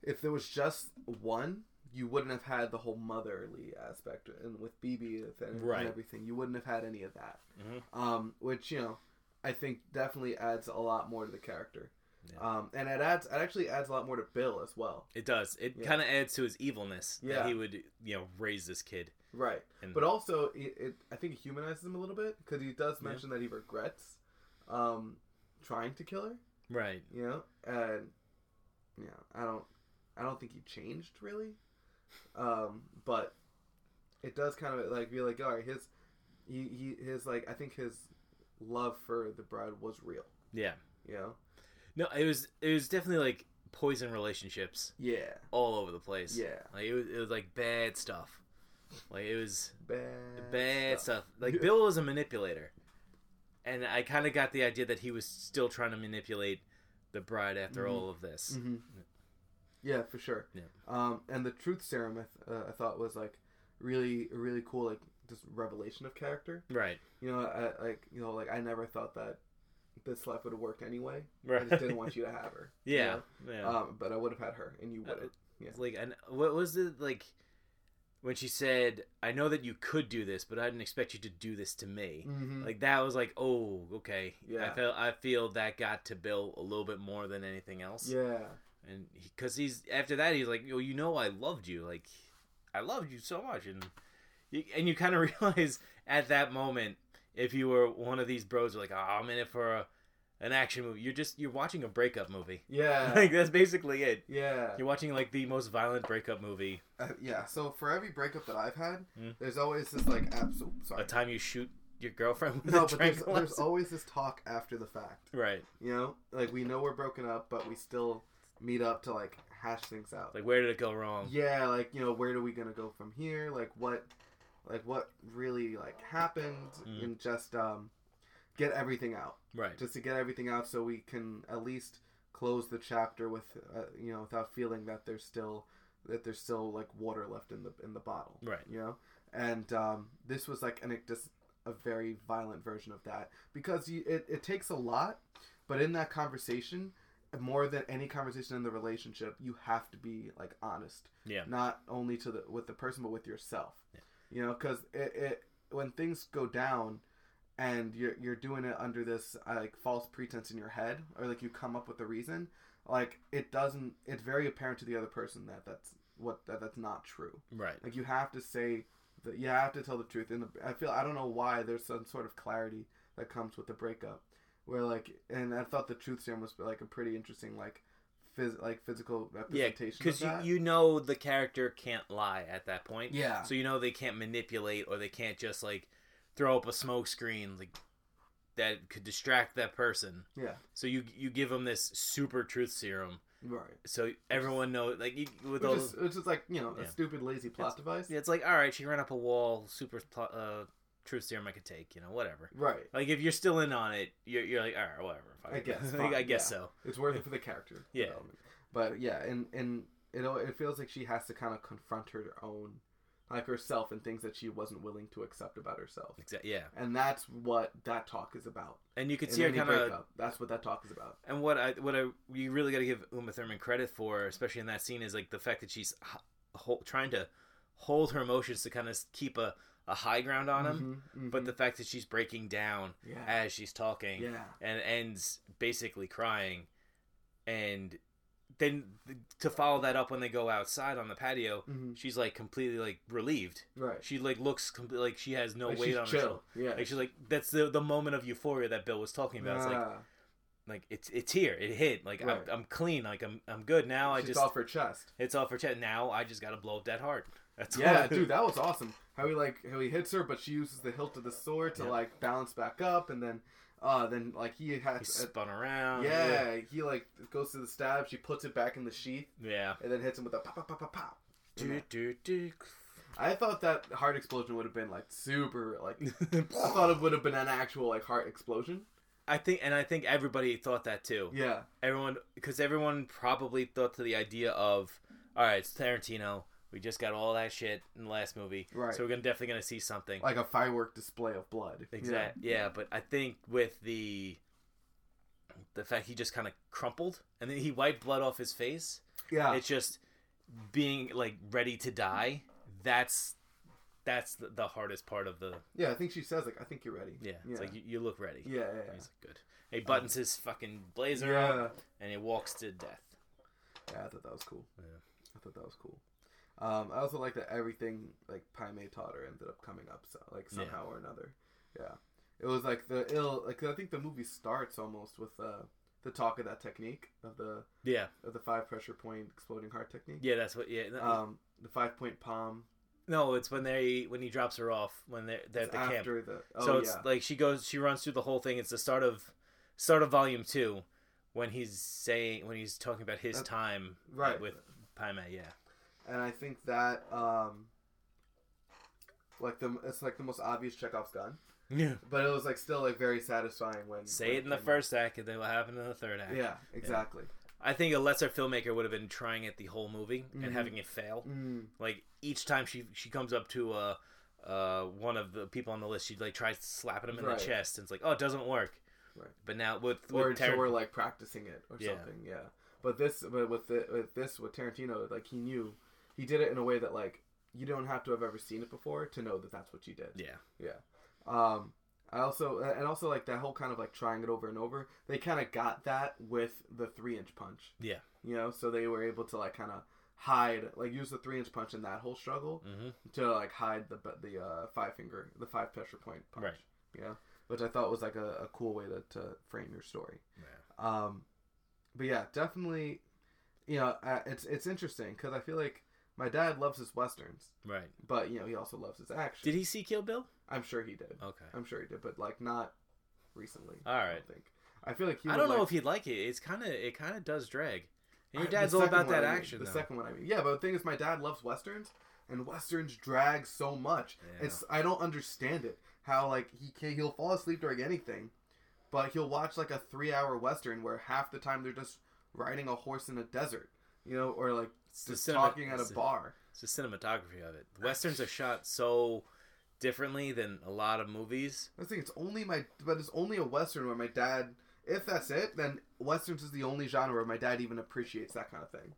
Speaker 1: if there was just one. You wouldn't have had the whole motherly aspect, and with BB and,
Speaker 2: Right.
Speaker 1: and everything, you wouldn't have had any of that.
Speaker 2: Mhm.
Speaker 1: um, which you know I think definitely adds a lot more to the character.
Speaker 2: Yeah.
Speaker 1: Um, and it adds it actually adds a lot more to Bill as well.
Speaker 2: It does. It
Speaker 1: Yeah.
Speaker 2: kind of adds to his evilness
Speaker 1: Yeah.
Speaker 2: that he would you know raise this kid.
Speaker 1: Right,
Speaker 2: And
Speaker 1: but also it, it I think it humanizes him a little bit because he does
Speaker 2: Yeah.
Speaker 1: mention that he regrets um, trying to kill her.
Speaker 2: right,
Speaker 1: You know, and yeah, I don't I don't think he changed really, um, but it does kind of like be like all right his he, he his like I think his love for the bride was real.
Speaker 2: yeah.
Speaker 1: You know,
Speaker 2: No, it was it was definitely like poison relationships
Speaker 1: yeah,
Speaker 2: all over the place.
Speaker 1: yeah.
Speaker 2: like it was it was like bad stuff. Like it was
Speaker 1: bad,
Speaker 2: bad stuff.
Speaker 1: Yeah.
Speaker 2: Like Bill was a manipulator, and I kind of got the idea that he was still trying to manipulate the bride after
Speaker 1: Mhm.
Speaker 2: all of this.
Speaker 1: hmm Yeah, for sure.
Speaker 2: Yeah.
Speaker 1: Um, and the truth serum, I, th- uh, I thought was like really, a really cool, like just revelation of character.
Speaker 2: Right.
Speaker 1: You know, I, like you know, like I never thought that this life would have worked anyway.
Speaker 2: Right.
Speaker 1: I just didn't want you to have her. you
Speaker 2: yeah.
Speaker 1: know?
Speaker 2: Yeah.
Speaker 1: Um, but I would have had her, and you
Speaker 2: Uh,
Speaker 1: would. yeah.
Speaker 2: Like, and what was it like when she said, "I know that you could do this, but I didn't expect you to do this to me."
Speaker 1: have hmm
Speaker 2: Like that was like, oh, okay. I
Speaker 1: Yeah.
Speaker 2: feel I feel that got to Bill a little bit more than anything else.
Speaker 1: yeah.
Speaker 2: And because he's after that, he's like, yo, you know, I loved you. Like, I loved you so much, and you, and you kind of realize at that moment, if you were one of these bros, who are like, oh, I'm in it for a, an action movie. You're just you're watching a breakup movie.
Speaker 1: Yeah.
Speaker 2: Like that's basically it.
Speaker 1: yeah.
Speaker 2: You're watching like the most violent breakup movie.
Speaker 1: Uh, yeah. So for every breakup that I've had,
Speaker 2: Mm.
Speaker 1: there's always this like absolute. Sorry.
Speaker 2: A time you shoot your girlfriend with
Speaker 1: no,
Speaker 2: a
Speaker 1: but there's,
Speaker 2: tranquilizer.
Speaker 1: there's always this talk after the fact.
Speaker 2: right.
Speaker 1: You know, like we know we're broken up, but we still meet up to like hash things out.
Speaker 2: Like um, where did it go wrong?
Speaker 1: yeah, like you know, where do we gonna go from here? Like what, like what really like happened,
Speaker 2: Mm.
Speaker 1: and just um, get everything out,
Speaker 2: Right.
Speaker 1: just to get everything out, so we can at least close the chapter with, uh, you know, without feeling that there's still that there's still like water left in the in the bottle.
Speaker 2: Right.
Speaker 1: You know, and um, this was like an it just a very violent version of that because you, it it takes a lot, but in that conversation, more than any conversation in the relationship, you have to be like honest,
Speaker 2: Yeah.
Speaker 1: not only to the with the person but with yourself.
Speaker 2: Yeah.
Speaker 1: You know, because it, it when things go down. And you're, you're doing it under this uh, like false pretense in your head, or like you come up with a reason, like it doesn't. It's very apparent to the other person that that's what that, that's not true.
Speaker 2: Right.
Speaker 1: Like you have to say that you have to tell the truth. And the, I feel I don't know why there's some sort of clarity that comes with the breakup, where like and I thought the truth serum was like a pretty interesting like phys- like physical
Speaker 2: Yeah,
Speaker 1: representation
Speaker 2: because
Speaker 1: of
Speaker 2: you,
Speaker 1: that.
Speaker 2: you know the character can't lie at that point.
Speaker 1: yeah.
Speaker 2: So you know they can't manipulate or they can't just like throw up a smoke screen like that could distract that person.
Speaker 1: Yeah.
Speaker 2: So you you give them this super truth serum,
Speaker 1: Right.
Speaker 2: so everyone knows like you with all
Speaker 1: Which is, which is like you know
Speaker 2: Yeah.
Speaker 1: a stupid lazy plot device.
Speaker 2: it's like all right she ran up a wall super pl- uh, truth serum I could take you know whatever.
Speaker 1: Right.
Speaker 2: Like if you're still in on it, you're, you're like all right whatever. fuck
Speaker 1: I
Speaker 2: it."
Speaker 1: guess,
Speaker 2: Like, I
Speaker 1: fine,
Speaker 2: guess
Speaker 1: yeah.
Speaker 2: so.
Speaker 1: It's worth it for the character.
Speaker 2: Yeah.
Speaker 1: development. But yeah, and and it al- it feels like she has to kind of confront her own, like herself and things that she wasn't willing to accept about herself.
Speaker 2: Exa- yeah,
Speaker 1: And that's what that talk is about.
Speaker 2: and you could
Speaker 1: In
Speaker 2: see her
Speaker 1: any
Speaker 2: kind of
Speaker 1: breakup, that's what that talk is about.
Speaker 2: And what I what I you really got to give Uma Thurman credit for, especially in that scene, is like the fact that she's h- hol- trying to hold her emotions to kind of keep a, a high ground on him,
Speaker 1: Mhm,
Speaker 2: but
Speaker 1: mhm.
Speaker 2: the fact that she's breaking down
Speaker 1: mm-hmm. yeah,
Speaker 2: as she's talking
Speaker 1: yeah,
Speaker 2: and ends basically crying, and then th- to follow that up when they go outside on the patio,
Speaker 1: hmm
Speaker 2: she's like completely like relieved.
Speaker 1: right.
Speaker 2: She like looks compl- like she has no
Speaker 1: Like,
Speaker 2: weight
Speaker 1: she's
Speaker 2: on her. shoulder.
Speaker 1: chill. Yeah,
Speaker 2: Like she's like that's the the moment of euphoria that Bill was talking about. It's like
Speaker 1: Ah,
Speaker 2: like it's it's here it hit like
Speaker 1: Right.
Speaker 2: I'm, I'm clean like i'm i'm good now oh, i
Speaker 1: she's
Speaker 2: just
Speaker 1: off her chest.
Speaker 2: it's all for chat now i just gotta blow up that heart that's
Speaker 1: Yeah,
Speaker 2: all.
Speaker 1: dude, that was awesome. How he like how he hits her, but she uses the hilt of the sword to
Speaker 2: Yeah.
Speaker 1: like balance back up, and then, uh, then like he
Speaker 2: he
Speaker 1: has a-
Speaker 2: spun around
Speaker 1: uh, Yeah, he like goes to the stab. She puts it back in the sheath
Speaker 2: yeah
Speaker 1: and then hits him with a pop, pop, pop, pop, pop.
Speaker 2: do, do, do.
Speaker 1: I thought that heart explosion would have been like super like. I thought it would have been an actual like heart explosion.
Speaker 2: i think and i think everybody thought that too
Speaker 1: Yeah,
Speaker 2: everyone because everyone probably thought to the idea of all right it's tarantino we just got all that shit in the last movie
Speaker 1: Right.
Speaker 2: so we're gonna definitely gonna see something
Speaker 1: like a firework display of blood.
Speaker 2: Exactly. Yeah. but I think with the the fact he just kind of crumpled and then he wiped blood off his face.
Speaker 1: Yeah, yeah.
Speaker 2: It's just being like ready to die. That's that's the, the hardest part of the
Speaker 1: Yeah, I think she says like, "I think you're ready."
Speaker 2: yeah.
Speaker 1: yeah,
Speaker 2: It's like you, you look ready.
Speaker 1: yeah, yeah. yeah.
Speaker 2: He's like good. He buttons his fucking blazer up
Speaker 1: Yeah.
Speaker 2: and he walks to death.
Speaker 1: Yeah, I thought that was cool.
Speaker 2: Yeah.
Speaker 1: I thought that was cool. Um, I also like that everything like Pai Mei taught her ended up coming up so like
Speaker 2: Yeah.
Speaker 1: somehow or another. Yeah, it was like the ill like I think the movie starts almost with uh, the talk of that technique of the
Speaker 2: Yeah.
Speaker 1: of the five pressure point exploding heart technique.
Speaker 2: Yeah. That's what. Yeah. no-
Speaker 1: Um, the five point palm
Speaker 2: no, it's when they when he drops her off when they're they're
Speaker 1: is
Speaker 2: at the camp.
Speaker 1: after the oh
Speaker 2: so
Speaker 1: yeah
Speaker 2: it's like she goes, she runs through the whole thing. It's the start of start of volume two when he's saying when he's talking about his
Speaker 1: Uh,
Speaker 2: time
Speaker 1: right
Speaker 2: with Paime. Yeah,
Speaker 1: and I think that um like the it's like the most obvious Chekhov's gun
Speaker 2: Yeah.
Speaker 1: but it was like still like very satisfying when
Speaker 2: Say
Speaker 1: when
Speaker 2: it in the
Speaker 1: came out.
Speaker 2: first act, and then what happened in the third act.
Speaker 1: Yeah, exactly.
Speaker 2: I think a lesser filmmaker would have been trying it the whole movie
Speaker 1: Mhm.
Speaker 2: and having it fail.
Speaker 1: Mm,
Speaker 2: Like each time she she comes up to uh uh one of the people on the list, she like tries slapping him in
Speaker 1: Right.
Speaker 2: the chest, and it's like, oh, it doesn't work.
Speaker 1: Right.
Speaker 2: But now with, with
Speaker 1: or
Speaker 2: Tar-
Speaker 1: so we're like practicing it or
Speaker 2: Yeah.
Speaker 1: something. Yeah. But this, but with the, with this, with Tarantino, like he knew, he did it in a way that like you don't have to have ever seen it before to know that that's what you did.
Speaker 2: yeah,
Speaker 1: Um, I also and also like that whole kind of like trying it over and over. They kind of got that with the three inch punch.
Speaker 2: Yeah.
Speaker 1: You know, so they were able to like kind of hide, like use the three inch punch in that whole struggle
Speaker 2: hmm
Speaker 1: to like hide the the uh, five finger, the five pressure point punch.
Speaker 2: Right.
Speaker 1: You know, which I thought was like a, a cool way to, to frame your story.
Speaker 2: yeah,
Speaker 1: Um, but yeah, definitely. You know, uh, it's it's interesting because I feel like my dad loves his westerns,
Speaker 2: right.
Speaker 1: but you know he also loves his action.
Speaker 2: Did he see Kill Bill?
Speaker 1: I'm sure he did.
Speaker 2: Okay,
Speaker 1: I'm sure he did, but like not recently.
Speaker 2: all
Speaker 1: I
Speaker 2: right.
Speaker 1: don't think. I feel like he.
Speaker 2: I
Speaker 1: would,
Speaker 2: don't know
Speaker 1: like-
Speaker 2: if he'd like it. It's kind of it kind of does drag. And your
Speaker 1: I-
Speaker 2: dad's
Speaker 1: the
Speaker 2: all
Speaker 1: second
Speaker 2: about
Speaker 1: one,
Speaker 2: that
Speaker 1: I mean.
Speaker 2: action.
Speaker 1: The
Speaker 2: though.
Speaker 1: second one, I mean, yeah, but the thing is, my dad loves westerns, and westerns drag so much.
Speaker 2: Yeah.
Speaker 1: It's I don't understand it. How like he can he'll fall asleep during anything, but he'll watch like a three hour western where half the time they're just riding a horse in a desert, you know, or like
Speaker 2: It's the
Speaker 1: just
Speaker 2: cinema-
Speaker 1: talking at
Speaker 2: it's
Speaker 1: a
Speaker 2: the-
Speaker 1: bar.
Speaker 2: It's the cinematography of it. Westerns are shot so differently than a lot of movies.
Speaker 1: I think it's only my, but it's only a western where my dad. If that's it, then westerns is the only genre where my dad even appreciates that kind of thing.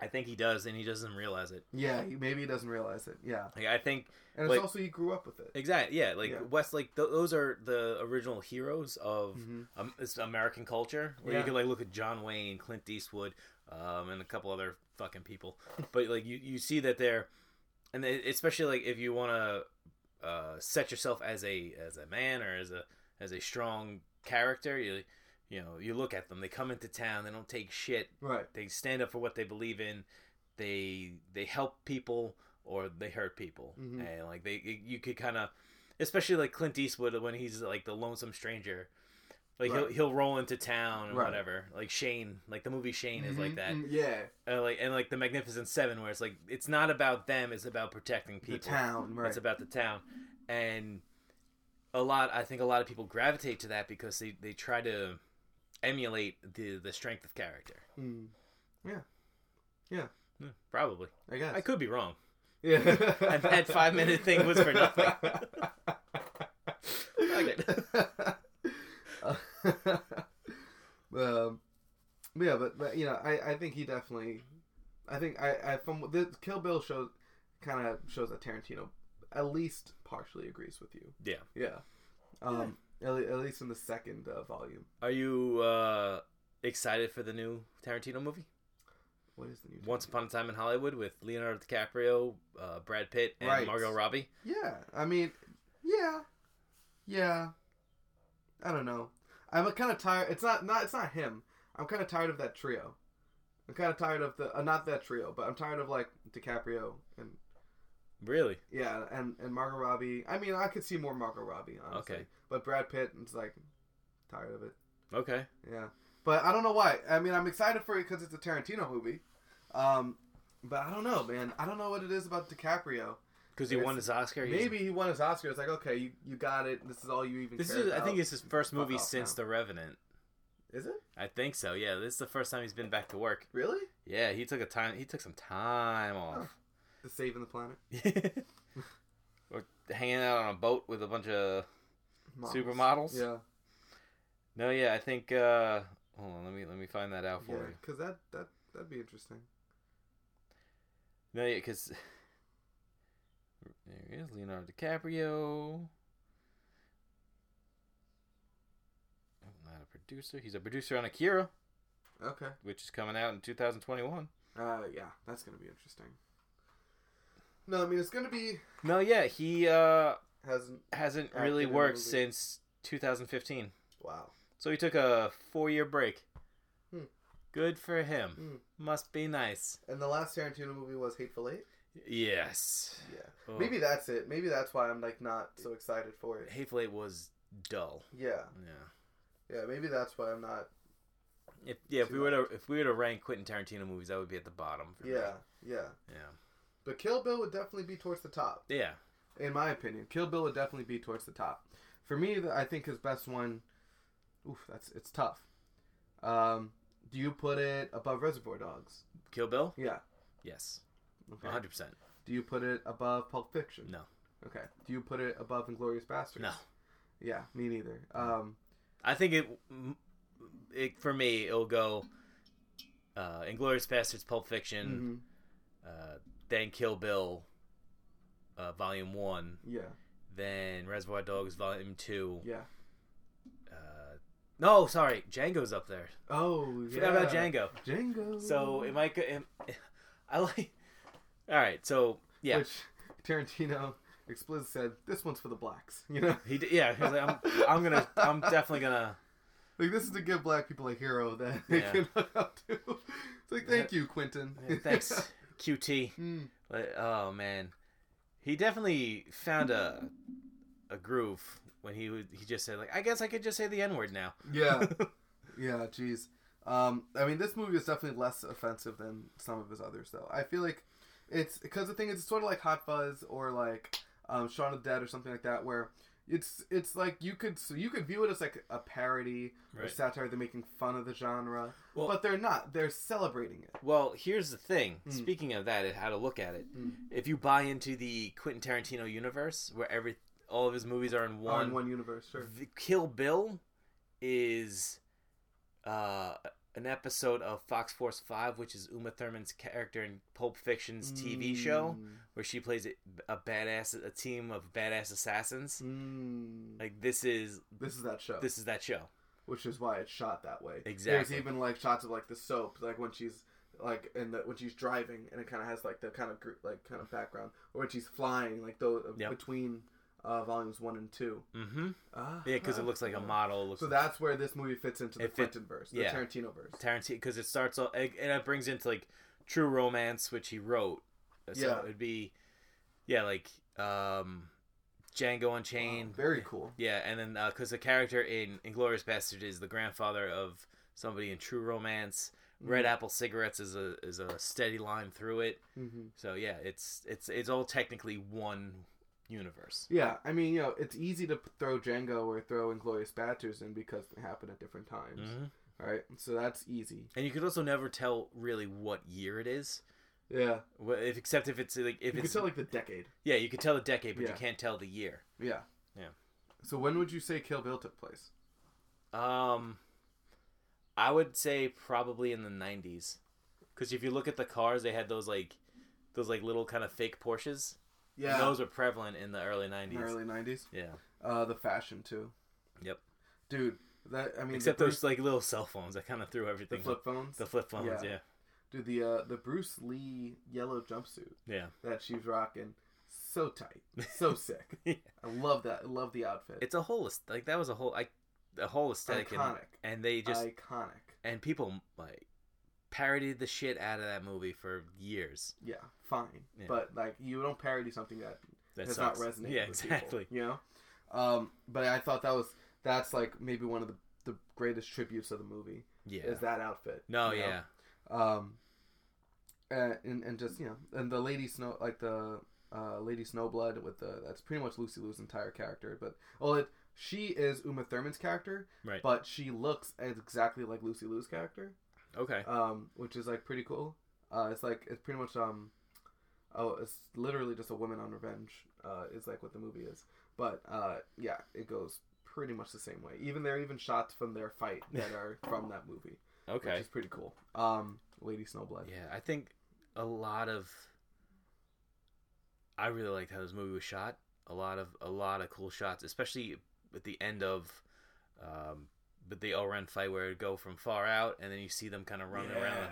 Speaker 2: I think he does, and he doesn't realize it.
Speaker 1: Yeah, he, maybe he doesn't realize it. Yeah,
Speaker 2: Like, I think
Speaker 1: and it's
Speaker 2: Like-
Speaker 1: also he grew up with it.
Speaker 2: exactly, yeah. Like
Speaker 1: Yeah.
Speaker 2: West, like th- those are the original heroes of
Speaker 1: Mhm.
Speaker 2: um, it's American culture. Where
Speaker 1: Yeah.
Speaker 2: you could like look at John Wayne, Clint Eastwood, um, and a couple other fucking people. but like you, you see that they're, and they, especially like if you want to uh, set yourself as a as a man or as a as a strong character, you you know you look at them. They come into town. They don't take shit.
Speaker 1: Right.
Speaker 2: They stand up for what they believe in. They they help people or they hurt people,
Speaker 1: Mhm.
Speaker 2: and like they you could kind of, especially like Clint Eastwood when he's like the lonesome stranger, like he'll
Speaker 1: Right.
Speaker 2: he'll roll into town or
Speaker 1: Right.
Speaker 2: whatever. Like Shane, like the movie Shane is
Speaker 1: Mhm,
Speaker 2: like that,
Speaker 1: mm, Yeah.
Speaker 2: uh, like and like the Magnificent Seven, where it's like it's not about them, it's about protecting people.
Speaker 1: The town. Right.
Speaker 2: It's about the town, and a lot. I think a lot of people gravitate to that because they they try to emulate the the strength of character.
Speaker 1: Mm,
Speaker 2: Hmm, Probably.
Speaker 1: I guess.
Speaker 2: I could be wrong.
Speaker 1: yeah.
Speaker 2: that five-minute thing was for nothing.
Speaker 1: um, but yeah, but, but you know, I, I think he definitely, I think I, I from the Kill Bill shows, kind of shows that Tarantino at least partially agrees with you.
Speaker 2: Yeah.
Speaker 1: Yeah. Um, at, le- at least in the second uh, volume.
Speaker 2: Are you uh, excited for the new Tarantino movie?
Speaker 1: What is the new?
Speaker 2: Once Upon a Time in Hollywood with Leonardo DiCaprio, uh, Brad Pitt, and
Speaker 1: Right.
Speaker 2: Margot Robbie.
Speaker 1: Yeah, I mean, yeah, yeah. I don't know. I'm kind of tired. It's not not it's not him. I'm kind of tired of that trio. I'm kind of tired of the uh, not that trio, but I'm tired of like DiCaprio and
Speaker 2: Really?
Speaker 1: yeah, and and Margot Robbie. I mean, I could see more Margot Robbie honestly.
Speaker 2: Okay.
Speaker 1: But Brad Pitt, it's like tired of it.
Speaker 2: Okay.
Speaker 1: Yeah, but I don't know why. I mean, I'm excited for it because it's a Tarantino movie. Um, but I don't know, man. I don't know what it is about DiCaprio.
Speaker 2: Because he
Speaker 1: It's-
Speaker 2: won his Oscar. he's-
Speaker 1: Maybe he won his Oscar. It's like, okay, you, you got it. This is all you even.
Speaker 2: This
Speaker 1: care
Speaker 2: is, I
Speaker 1: about.
Speaker 2: think, it's his first
Speaker 1: Fuck
Speaker 2: movie
Speaker 1: off
Speaker 2: since
Speaker 1: now.
Speaker 2: The Revenant.
Speaker 1: Is it
Speaker 2: I think so. Yeah, this is the first time he's been back to work.
Speaker 1: really
Speaker 2: Yeah, he took a time. He took some time off,
Speaker 1: the saving the planet?
Speaker 2: or hanging out on a boat with a bunch of Supermodels?
Speaker 1: Yeah,
Speaker 2: No, yeah, I think. Uh, hold on, let me let me find that out for
Speaker 1: yeah.
Speaker 2: you.
Speaker 1: Because that that that'd be interesting.
Speaker 2: No, yeah, because there he is, Leonardo DiCaprio. Not a producer. He's a producer on Akira,
Speaker 1: Okay.
Speaker 2: which is coming out in 2021.
Speaker 1: Uh, yeah, that's gonna be interesting. No, I mean it's gonna be
Speaker 2: No, yeah, he uh,
Speaker 1: hasn't.
Speaker 2: hasn't
Speaker 1: Acted
Speaker 2: really
Speaker 1: in a
Speaker 2: worked
Speaker 1: movie.
Speaker 2: since 2015.
Speaker 1: Wow.
Speaker 2: So he took a four-year break.
Speaker 1: Hmm.
Speaker 2: Good for him. Must be nice.
Speaker 1: And the last Tarantino movie was Hateful Eight.
Speaker 2: Yes.
Speaker 1: Yeah.
Speaker 2: Oh.
Speaker 1: Maybe that's it. Maybe that's why I'm like not so excited for it.
Speaker 2: Hateful Eight was dull.
Speaker 1: Yeah.
Speaker 2: Yeah.
Speaker 1: Yeah. Maybe that's why I'm not.
Speaker 2: If yeah, if
Speaker 1: Too
Speaker 2: we were to if we were to rank Quentin Tarantino movies, that would be at the bottom. for me.
Speaker 1: Yeah. Yeah.
Speaker 2: yeah,
Speaker 1: But Kill Bill would definitely be towards the top.
Speaker 2: yeah.
Speaker 1: in my opinion, Kill Bill would definitely be towards the top. For me, the- I think his best one. Oof, that's it's tough. Um, do you put it above Reservoir Dogs?
Speaker 2: Kill Bill?
Speaker 1: Yeah.
Speaker 2: Yes.
Speaker 1: Okay.
Speaker 2: 100%.
Speaker 1: Do you put it above Pulp Fiction?
Speaker 2: No.
Speaker 1: Okay. Do you put it above Inglorious Bastards?
Speaker 2: No.
Speaker 1: Yeah, me neither. Um,
Speaker 2: I think it, it for me, it'll go uh, Inglorious Bastards, Pulp Fiction,
Speaker 1: mhm,
Speaker 2: uh, then Kill Bill, uh, Volume 1,
Speaker 1: Yeah,
Speaker 2: then Reservoir Dogs, Volume 2.
Speaker 1: yeah.
Speaker 2: Uh, no, sorry. Django's up there.
Speaker 1: Oh, yeah.
Speaker 2: Forgot about Django.
Speaker 1: Django.
Speaker 2: So it might go. it- I like. All right. So yeah,
Speaker 1: Which Tarantino explicitly said, this one's for the blacks, you know?
Speaker 2: he did. Yeah, he was like, I'm. I'm gonna. I'm definitely gonna.
Speaker 1: Like, this is to give black people a hero that they
Speaker 2: Yeah.
Speaker 1: can look up to. It's like, thank you, Quentin.
Speaker 2: yeah, Thanks, QT.
Speaker 1: Mm,
Speaker 2: Like, oh man, he definitely found a a groove when he would. He just said like, I guess I could just say the N word now.
Speaker 1: yeah, yeah, jeez. Um, I mean, this movie is definitely less offensive than some of his others, though. I feel like it's because the thing is, it's sort of like Hot Fuzz or like um, Shaun of the Dead or something like that, where it's it's like you could so you could view it as like a parody or
Speaker 2: Right.
Speaker 1: satire. They're making fun of the genre,
Speaker 2: Well-
Speaker 1: but they're not. They're celebrating it.
Speaker 2: Well, here's the thing.
Speaker 1: Mm.
Speaker 2: Speaking of that, and how to look at it.
Speaker 1: Mm.
Speaker 2: If you buy into the Quentin Tarantino universe, where every all of his movies are in
Speaker 1: All
Speaker 2: one,
Speaker 1: in one universe, sure.
Speaker 2: The Kill Bill is uh, an episode of Fox Force 5, which is Uma Thurman's character in Pulp Fiction's TV show,
Speaker 1: Mm.
Speaker 2: where she plays a, a badass, a team of badass assassins.
Speaker 1: Mm. Oh.
Speaker 2: Like this is
Speaker 1: this is that show.
Speaker 2: this is that show.
Speaker 1: which is why it's shot that way.
Speaker 2: Exactly.
Speaker 1: There's even like shots of like the soap, like when she's like in the when she's driving, and it kind of has like the kind of like kind of background, or when she's flying, like though
Speaker 2: Yep.
Speaker 1: between uh, volumes one and two.
Speaker 2: Mm-hmm.
Speaker 1: Ah,
Speaker 2: Yeah, because it looks like a model. It looks
Speaker 1: So that's where this movie fits into the
Speaker 2: It fit-
Speaker 1: Quentin verse, the
Speaker 2: yeah.
Speaker 1: Tarantino verse.
Speaker 2: Tarantino because it starts all and and it brings into like True Romance, which he wrote. So
Speaker 1: Yeah.
Speaker 2: it'd be yeah, like um, Django Unchained.
Speaker 1: Wow, very cool.
Speaker 2: Yeah, and then because the character in Inglorious Bastard is the grandfather of somebody in True Romance. Red Apple Cigarettes is a is a steady line through it.
Speaker 1: Mm-hmm.
Speaker 2: So yeah, it's it's it's all technically one universe.
Speaker 1: Yeah, I mean, you know, it's easy to p- throw Django or throw Inglorious Basterds in because they happen at different times,
Speaker 2: hmm
Speaker 1: right? So that's easy.
Speaker 2: And you could also never tell really what year it is,
Speaker 1: Yeah,
Speaker 2: Wh- if, except if it's like if
Speaker 1: you can
Speaker 2: it's
Speaker 1: tell like the decade.
Speaker 2: yeah, you could tell the decade, but
Speaker 1: Yeah.
Speaker 2: you can't tell the year.
Speaker 1: Yeah.
Speaker 2: Yeah.
Speaker 1: So when would you say Kill Bill took place?
Speaker 2: Um, I would say probably in the '90s, because if you look at the cars, they had those like those like little kind of fake Porsches. And Those were prevalent in the early 90s.
Speaker 1: in the early '90s.
Speaker 2: Yeah.
Speaker 1: Uh, the fashion too.
Speaker 2: Yep.
Speaker 1: Dude, that I mean,
Speaker 2: Except
Speaker 1: the, Bruce-
Speaker 2: those like little cell phones that kind of threw
Speaker 1: the
Speaker 2: everything.
Speaker 1: flip phones.
Speaker 2: the flip phones,
Speaker 1: Yeah.
Speaker 2: yeah.
Speaker 1: Dude, the uh, the Bruce Lee yellow jumpsuit
Speaker 2: Yeah.
Speaker 1: that she's rocking, so tight, so sick.
Speaker 2: Yeah.
Speaker 1: I love that. I love the outfit.
Speaker 2: It's a whole aes- like that was a whole like a whole aesthetic and,
Speaker 1: iconic.
Speaker 2: and they just
Speaker 1: Iconic.
Speaker 2: and people like parodied the shit out of that movie for years.
Speaker 1: Yeah, fine,
Speaker 2: Yeah.
Speaker 1: but like you don't parody something that
Speaker 2: That
Speaker 1: has
Speaker 2: sucks.
Speaker 1: not resonated.
Speaker 2: Yeah,
Speaker 1: with people,
Speaker 2: exactly.
Speaker 1: you know, um, but I thought that was that's like maybe one of the the greatest tributes of the movie
Speaker 2: Yeah.
Speaker 1: is that outfit.
Speaker 2: no,
Speaker 1: you know?
Speaker 2: yeah.
Speaker 1: um, uh, and and just you know, and the lady snow like the uh, lady Snowblood with the that's pretty much Lucy Liu's entire character, but well, it, she is Uma Thurman's character,
Speaker 2: Right.
Speaker 1: but she looks exactly like Lucy Liu's character,
Speaker 2: Okay.
Speaker 1: um, which is like pretty cool. Uh, it's like it's pretty much um, oh, it's literally just a woman on revenge. Uh, is like what the movie is, but uh, yeah, it goes pretty much the same way. Even there are even shots from their fight that are from that movie which
Speaker 2: Okay.
Speaker 1: is pretty cool. Um, Lady Snowblood.
Speaker 2: Yeah, I think a lot of I really liked how this movie was shot. A lot of a lot of cool shots, especially at the end of um but the Oren fight where it go from far out and then you see them kind of running around.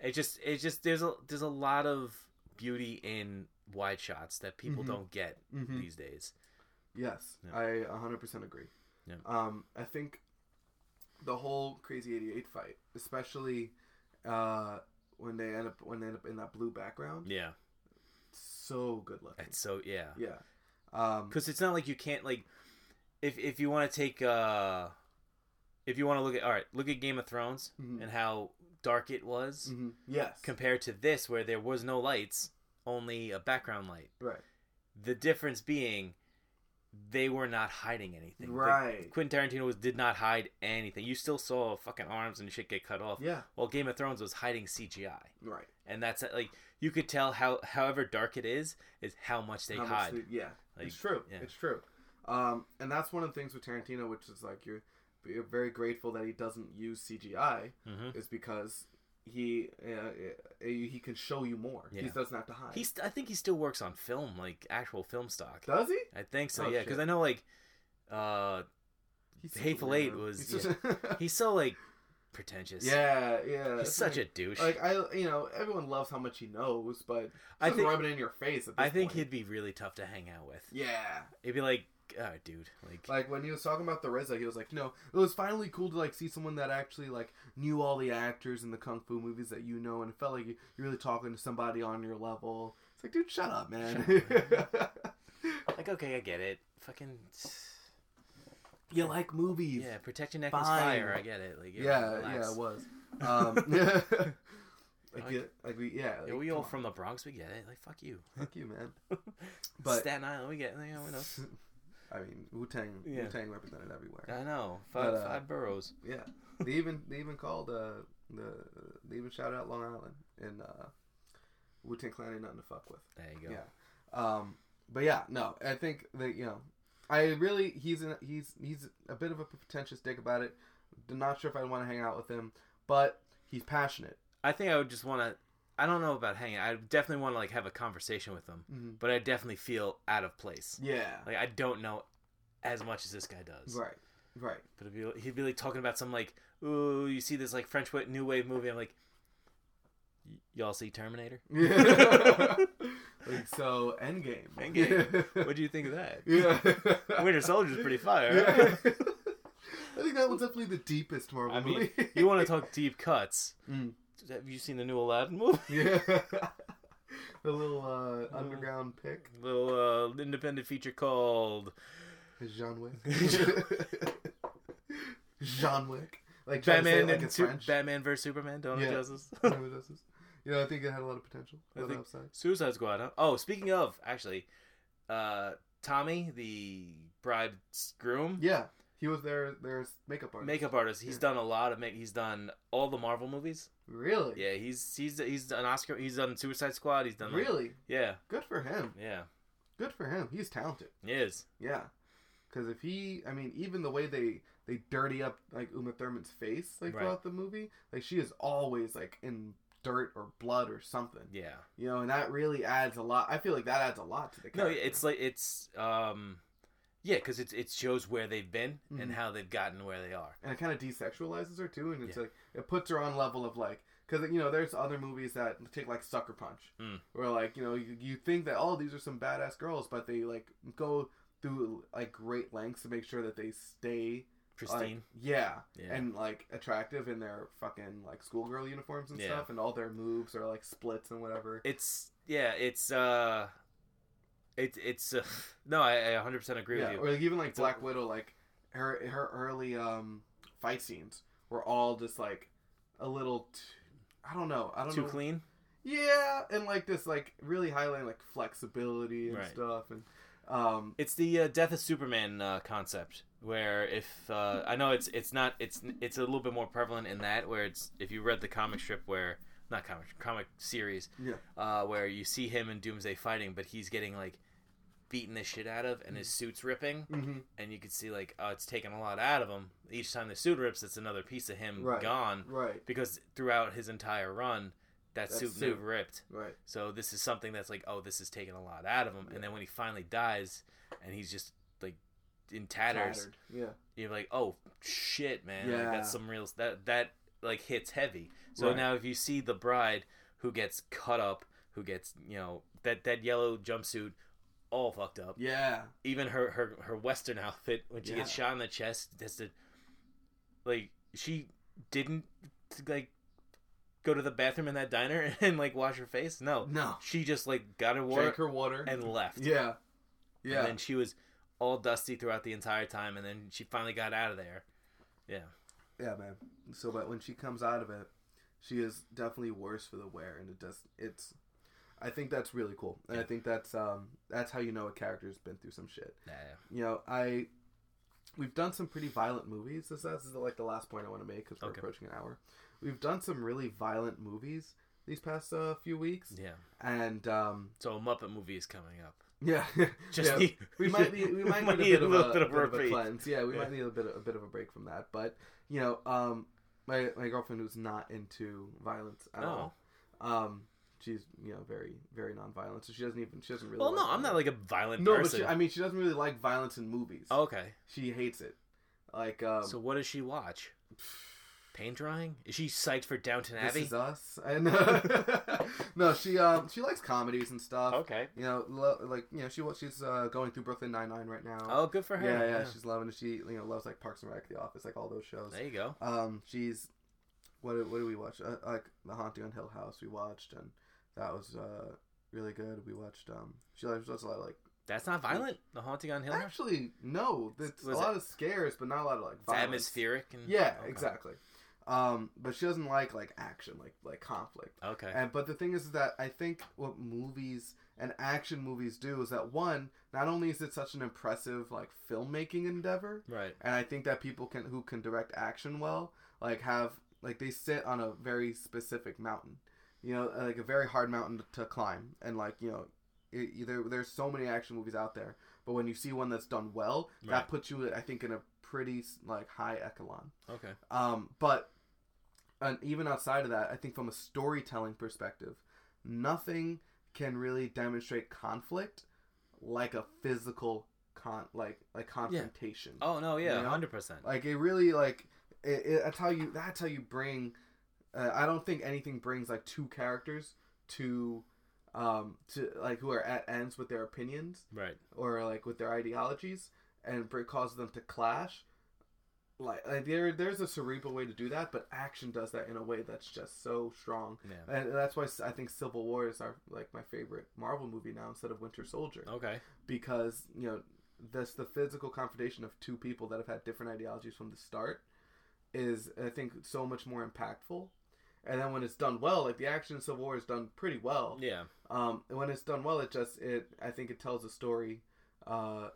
Speaker 2: It just it just there's a there's a lot of beauty in wide shots that people
Speaker 1: Mhm.
Speaker 2: don't get
Speaker 1: hmm
Speaker 2: these days.
Speaker 1: Yes,
Speaker 2: Yeah.
Speaker 1: I 100% agree.
Speaker 2: Yeah.
Speaker 1: Um, I think the whole Crazy 88 fight, especially uh, when they end up when they end up in that blue background,
Speaker 2: Yeah.
Speaker 1: so good looking.
Speaker 2: And so yeah.
Speaker 1: Yeah. Um,
Speaker 2: because it's not like you can't like if if you want to take uh if you want to look at all right look at game of thrones
Speaker 1: Mhm.
Speaker 2: and how dark it was
Speaker 1: mhm. Yes.
Speaker 2: compared to this where there was no lights only a background light
Speaker 1: right.
Speaker 2: the difference being they were not hiding anything. Like,
Speaker 1: Right.
Speaker 2: Quentin Tarantino was, did not hide anything. You still saw fucking arms and shit get cut off.
Speaker 1: Yeah.
Speaker 2: Well, Game of Thrones was hiding CGI,
Speaker 1: Right.
Speaker 2: and that's uh, like you could tell how however dark it is is how much they
Speaker 1: How much
Speaker 2: hide.
Speaker 1: they- yeah,
Speaker 2: Like,
Speaker 1: it's true.
Speaker 2: yeah.
Speaker 1: It's true. Um, and that's one of the things with Tarantino, which is like you're, you're very grateful that he doesn't use CGI,
Speaker 2: hmm
Speaker 1: is because he uh, uh, he can show you more. He
Speaker 2: Yeah.
Speaker 1: doesn't have to hide.
Speaker 2: He's I think he still works on film, like actual film stock.
Speaker 1: Does he?
Speaker 2: I think so.
Speaker 1: Oh,
Speaker 2: yeah, because
Speaker 1: shit.
Speaker 2: I know like uh
Speaker 1: He's
Speaker 2: Hateful
Speaker 1: such a
Speaker 2: Eight
Speaker 1: weirdo.
Speaker 2: was-
Speaker 1: He's such a-
Speaker 2: he's so like pretentious.
Speaker 1: yeah, yeah.
Speaker 2: He's such a douche.
Speaker 1: like I, you know, everyone loves how much he knows, but
Speaker 2: I
Speaker 1: I think
Speaker 2: think-
Speaker 1: rubbing it in your face. At this
Speaker 2: I think
Speaker 1: point.
Speaker 2: he'd be really tough to hang out with.
Speaker 1: Yeah,
Speaker 2: He'd be like, oh, dude, like,
Speaker 1: like when he was talking about the RZA, he was like, "No, it was finally cool to like see someone that actually like knew all the actors in the kung fu movies that you know, and it felt like you- you're really talking to somebody on your level." It's like, dude, shut up, man.
Speaker 2: like okay, I get it. Fucking
Speaker 1: you like movies?
Speaker 2: yeah, protect your neck is
Speaker 1: Fine.
Speaker 2: fire. I get it. Like
Speaker 1: yeah, yeah,
Speaker 2: relax.
Speaker 1: it was. Um, like,
Speaker 2: Like-
Speaker 1: yeah, like we, yeah,
Speaker 2: Yeah,
Speaker 1: like,
Speaker 2: we all
Speaker 1: come on,
Speaker 2: from the Bronx. We get it. Like fuck you,
Speaker 1: fuck you, man. But
Speaker 2: Staten Island. We get. it. You know, we know.
Speaker 1: I mean, Wu Tang,
Speaker 2: Yeah.
Speaker 1: Wu Tang represented everywhere.
Speaker 2: I know. Five,
Speaker 1: But, uh,
Speaker 2: five boroughs.
Speaker 1: Yeah, they even they even called uh, the they even shouted out Long Island and uh, Wu Tang Clan ain't nothing to fuck with.
Speaker 2: There you go.
Speaker 1: Yeah. Um, but yeah, no, I think that you know, I really he's an, he's he's a bit of a pretentious dick about it. Not sure if I'd want to hang out with him, but he's passionate.
Speaker 2: I think I would just want to. I don't know about hanging. I definitely want to like have a conversation with them,
Speaker 1: Mhm.
Speaker 2: but I definitely feel out of place.
Speaker 1: Yeah.
Speaker 2: Mm-hmm. Like I don't know as much as this guy does.
Speaker 1: Right. Right.
Speaker 2: But it'd be, he'd be like talking about some like, ooh, you see this like French wa- new wave movie. I'm like, "Y- y'all see Terminator?
Speaker 1: like, so Endgame.
Speaker 2: Endgame. What do you think of that?
Speaker 1: yeah.
Speaker 2: Winter Soldier's pretty fire.
Speaker 1: Yeah. I think that one's definitely the deepest Marvel
Speaker 2: I mean,
Speaker 1: movie.
Speaker 2: You want to talk deep cuts?
Speaker 1: Mm.
Speaker 2: Have you seen the new Aladdin movie?
Speaker 1: yeah. The little uh, underground pick,
Speaker 2: Little uh, independent feature called
Speaker 1: is John Wick. John Wick, like trying to say it
Speaker 2: Batman
Speaker 1: like
Speaker 2: and
Speaker 1: it's
Speaker 2: Su-
Speaker 1: French.
Speaker 2: Batman vs Superman: Dawn
Speaker 1: Yeah.
Speaker 2: of Justice.
Speaker 1: You know what this is? You know, I think it had a lot of potential.
Speaker 2: I
Speaker 1: A lot of
Speaker 2: think-
Speaker 1: upside.
Speaker 2: Suicide Squad. Huh? Oh, speaking of, actually, uh, Tommy, the bride's groom,
Speaker 1: Yeah, he was their their makeup artist.
Speaker 2: makeup artist. He's
Speaker 1: Yeah.
Speaker 2: done a lot of make. He's done all the Marvel movies.
Speaker 1: really,
Speaker 2: Yeah, he's he's he's an Oscar. He's done Suicide Squad. He's done like-
Speaker 1: really
Speaker 2: Yeah,
Speaker 1: good for him.
Speaker 2: yeah,
Speaker 1: Good for him. He's talented.
Speaker 2: he is.
Speaker 1: Yeah, because if he, I mean, even the way they they dirty up like Uma Thurman's face like
Speaker 2: Right.
Speaker 1: throughout the movie, like she is always like in dirt or blood or something,
Speaker 2: Yeah.
Speaker 1: you know, and that really adds a lot. I feel like that adds a lot to the
Speaker 2: No,
Speaker 1: character.
Speaker 2: it's like it's um, yeah, because it's it shows where they've been and
Speaker 1: Mhm.
Speaker 2: how they've gotten where they are.
Speaker 1: and it kind of desexualizes her too, and it's
Speaker 2: Yeah.
Speaker 1: like it puts her on level of like. Because you know, there's other movies that take like Sucker Punch,
Speaker 2: Mm.
Speaker 1: where like you know you, you think that oh these are some badass girls, but they like go through like great lengths to make sure that they stay like,
Speaker 2: Pristine.
Speaker 1: yeah,
Speaker 2: yeah.
Speaker 1: and like attractive in their fucking like schoolgirl uniforms and
Speaker 2: Yeah.
Speaker 1: stuff, and all their moves are like splits and whatever.
Speaker 2: it's yeah, it's uh, it's it's uh, no, I, I 100% agree
Speaker 1: Yeah,
Speaker 2: with you.
Speaker 1: or like, even like
Speaker 2: It's a-
Speaker 1: Black Widow, like her her early um fight scenes were all just like a little. T- I don't know. I don't
Speaker 2: Too
Speaker 1: know.
Speaker 2: clean.
Speaker 1: Yeah, and like this, like really highlighting like flexibility and
Speaker 2: Right.
Speaker 1: stuff, and um,
Speaker 2: It's the uh, death of Superman uh, concept, where if uh, I know it's it's not it's it's a little bit more prevalent in that where it's if you read the comic strip where not comic comic series
Speaker 1: Yeah.
Speaker 2: uh, where you see him and Doomsday fighting, but he's getting like beaten the shit out of and his
Speaker 1: Mm-hmm.
Speaker 2: suit's ripping
Speaker 1: mhm,
Speaker 2: and you can see like oh it's taking a lot out of him each time the suit rips it's another piece of him
Speaker 1: Right.
Speaker 2: gone
Speaker 1: right,
Speaker 2: because throughout his entire run that,
Speaker 1: That
Speaker 2: suit,
Speaker 1: suit.
Speaker 2: never ripped
Speaker 1: right,
Speaker 2: so this is something that's like, oh, this is taking a lot out of him. And then when he finally dies, and he's just like in tatters,
Speaker 1: Tattered, yeah,
Speaker 2: you're like, oh shit, man, Like,
Speaker 1: Yeah.
Speaker 2: that's some real that that like hits heavy. So
Speaker 1: Right.
Speaker 2: now if you see the bride who gets cut up, who gets you know that that yellow jumpsuit all fucked up,
Speaker 1: yeah,
Speaker 2: even her her her western outfit when she gets
Speaker 1: Yeah.
Speaker 2: shot in the chest, that's the like she didn't like go to the bathroom in that diner and like wash her face. No,
Speaker 1: no,
Speaker 2: she just like got her water
Speaker 1: drink her water,
Speaker 2: and left.
Speaker 1: yeah, yeah,
Speaker 2: And then she was all dusty throughout the entire time, and then she finally got out of there.
Speaker 1: Yeah, man. So, but when she comes out of it, she is definitely worse for the wear, and it does. It's. I think that's really cool, and I think that's um that's how you know a character's been through some shit.
Speaker 2: Yeah,
Speaker 1: You know, I we've done some pretty violent movies. This, this is like the last point I want to make because we're
Speaker 2: Okay.
Speaker 1: approaching an hour. We've done some really violent movies these past uh, few weeks,
Speaker 2: yeah.
Speaker 1: and um
Speaker 2: So a Muppet movie is coming up.
Speaker 1: yeah,
Speaker 2: Just
Speaker 1: yeah,
Speaker 2: need-
Speaker 1: we might be we might need a bit of a, bit of a cleanse. Yeah, we
Speaker 2: Yeah.
Speaker 1: might need a bit of, a bit of a break from that. But you know, um, my my girlfriend who's not into violence at
Speaker 2: No.
Speaker 1: all. Um, she's you know very very non-violent, so she doesn't even she doesn't really.
Speaker 2: Well,
Speaker 1: like
Speaker 2: no, I'm not
Speaker 1: violence.
Speaker 2: like a violent
Speaker 1: no, but
Speaker 2: person.
Speaker 1: she, I mean she doesn't really like violence in movies.
Speaker 2: Oh, okay.
Speaker 1: she hates it. Like um,
Speaker 2: so what does she watch? Paint drying? Is she psyched for Downton
Speaker 1: this
Speaker 2: Abbey?
Speaker 1: is us. And no, she um she likes comedies and stuff.
Speaker 2: Okay.
Speaker 1: You know, lo- like you know she wa- she's uh, going through Brooklyn Nine Nine right now.
Speaker 2: Oh, good for her.
Speaker 1: Yeah, yeah, she's loving it. She you know loves like Parks and Rec, The Office, like all those shows.
Speaker 2: There you go.
Speaker 1: Um, she's what do- what do we watch? Uh, like The Haunting on Hill House, we watched, and that was uh really good. We watched. Um, she likes loves a lot of like
Speaker 2: That's not violent. The Haunting on Hill. House?
Speaker 1: actually no, it's a
Speaker 2: Was
Speaker 1: lot of scares, but not a lot of like
Speaker 2: It's
Speaker 1: violence.
Speaker 2: atmospheric. And...
Speaker 1: Yeah,
Speaker 2: Okay.
Speaker 1: exactly. Um, but she doesn't like like action, like like conflict.
Speaker 2: Okay.
Speaker 1: And but the thing is that I think what movies and action movies do is that one, not only is it such an impressive like filmmaking endeavor,
Speaker 2: Right.
Speaker 1: and I think that people can who can direct action well, like have like they sit on a very specific mountain, you know, uh, like a very hard mountain to climb, and like you know, e- either there's so many action movies out there, but when you see one that's done well,
Speaker 2: Right.
Speaker 1: that puts you, I think, in a pretty like high echelon.
Speaker 2: Okay.
Speaker 1: Um, but and even outside of that, I think from a storytelling perspective, nothing can really demonstrate conflict like a physical con like like confrontation.
Speaker 2: Oh no,
Speaker 1: You
Speaker 2: yeah,
Speaker 1: know?
Speaker 2: hundred percent.
Speaker 1: Like it really like it, it, that's how you that's how you bring. Uh, I don't think anything brings like two characters to um to like who are at ends with their opinions
Speaker 2: Right.
Speaker 1: or like with their ideologies and br- causes them to clash. Like, like there there's a cerebral way to do that, but action does that in a way that's just so strong.
Speaker 2: Yeah.
Speaker 1: And that's why I think Civil War is our like my favorite Marvel movie now instead of Winter Soldier
Speaker 2: Okay.
Speaker 1: because you know this the physical confrontation of two people that have had different ideologies from the start is i think so much more impactful and then when it's done well like the action in civil war is done pretty well
Speaker 2: Yeah.
Speaker 1: um and when it's done well it just it i think it tells a story uh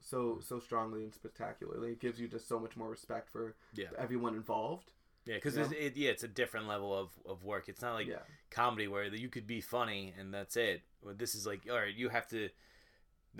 Speaker 1: so so strongly and spectacularly it gives you just so much more respect for
Speaker 2: Yeah.
Speaker 1: everyone involved
Speaker 2: Yeah. Because
Speaker 1: You know?
Speaker 2: it, yeah, it's a different level of, of work. It's not like
Speaker 1: yeah
Speaker 2: comedy where you could be funny and that's it. Well, This is like, all right, you have to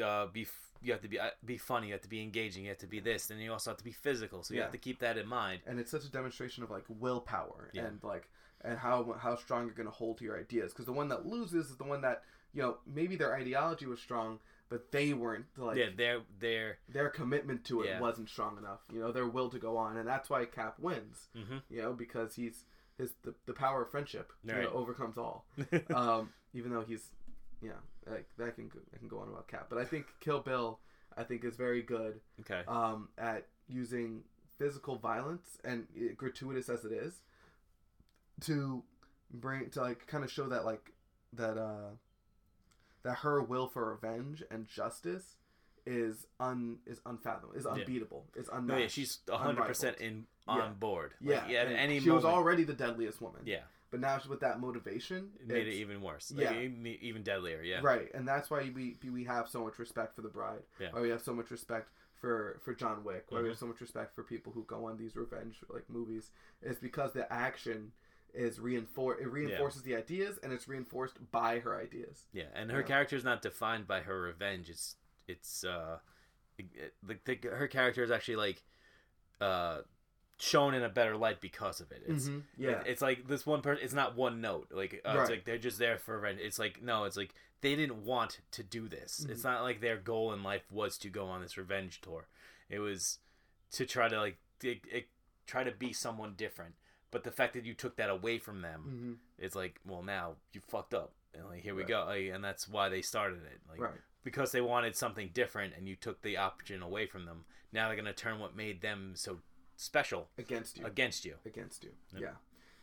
Speaker 2: uh, be f- you have to be uh, be funny. You have to be engaging. You have to be this. Then you also have to be physical. So you
Speaker 1: Yeah.
Speaker 2: have to keep that in mind.
Speaker 1: and it's such a demonstration of like willpower
Speaker 2: Yeah.
Speaker 1: and like and how how strong you're going to hold to your ideas because the one that loses is the one that you know maybe their ideology was strong but they weren't like
Speaker 2: yeah. They're they're.
Speaker 1: their commitment to it
Speaker 2: Yeah.
Speaker 1: wasn't strong enough you know their will to go on and that's why cap wins
Speaker 2: hmm
Speaker 1: you know because he's his the, the power of friendship you know,
Speaker 2: Right.
Speaker 1: overcomes all um even though he's yeah like that can go, I can go on about cap but I think Kill Bill I think is very good
Speaker 2: okay.
Speaker 1: um, at using physical violence and uh, gratuitous as it is to bring to like kind of show that like that uh that her will for revenge and justice is un is unfathomable is
Speaker 2: Yeah.
Speaker 1: unbeatable is unmatched.
Speaker 2: no, yeah, she's hundred percent in on
Speaker 1: Yeah.
Speaker 2: board.
Speaker 1: yeah,
Speaker 2: Like, yeah. At
Speaker 1: and
Speaker 2: any
Speaker 1: she was
Speaker 2: moment.
Speaker 1: already the deadliest woman
Speaker 2: yeah.
Speaker 1: but now with that motivation
Speaker 2: It made it
Speaker 1: it's-
Speaker 2: even worse.
Speaker 1: yeah.
Speaker 2: Like, even, even deadlier. Yeah.
Speaker 1: Right, and that's why we we have so much respect for the bride.
Speaker 2: Yeah. Mm-hmm.
Speaker 1: Why we have so much respect for for John Wick. Why we have so much respect for people who go on these revenge like movies is because the action is reinfor it reinforces the ideas and it's reinforced by her ideas.
Speaker 2: Yeah, and her
Speaker 1: Yeah.
Speaker 2: character is not defined by her revenge. It's it's uh, it- it- the, the, her character is actually like uh, shown in a better light because of it. It's
Speaker 1: Mhm, Yeah.
Speaker 2: it- it's like this one person. It's not one note. Like uh,
Speaker 1: Right.
Speaker 2: it's like they're just there for revenge. It's like no, it's like they didn't want to do this.
Speaker 1: Mm-hmm.
Speaker 2: It's not like their goal in life was to go on this revenge tour. It was to try to like dig it, try to be someone different. But the fact that you took that away from them
Speaker 1: hmm
Speaker 2: it's like, well, now you fucked up, and like here we
Speaker 1: Right.
Speaker 2: go, like, and that's why they started it, like
Speaker 1: right.
Speaker 2: because they wanted something different, and you took the option away from them. Now they're gonna turn what made them so special
Speaker 1: Against you.
Speaker 2: against you.
Speaker 1: against you.
Speaker 2: Yep.
Speaker 1: Yeah.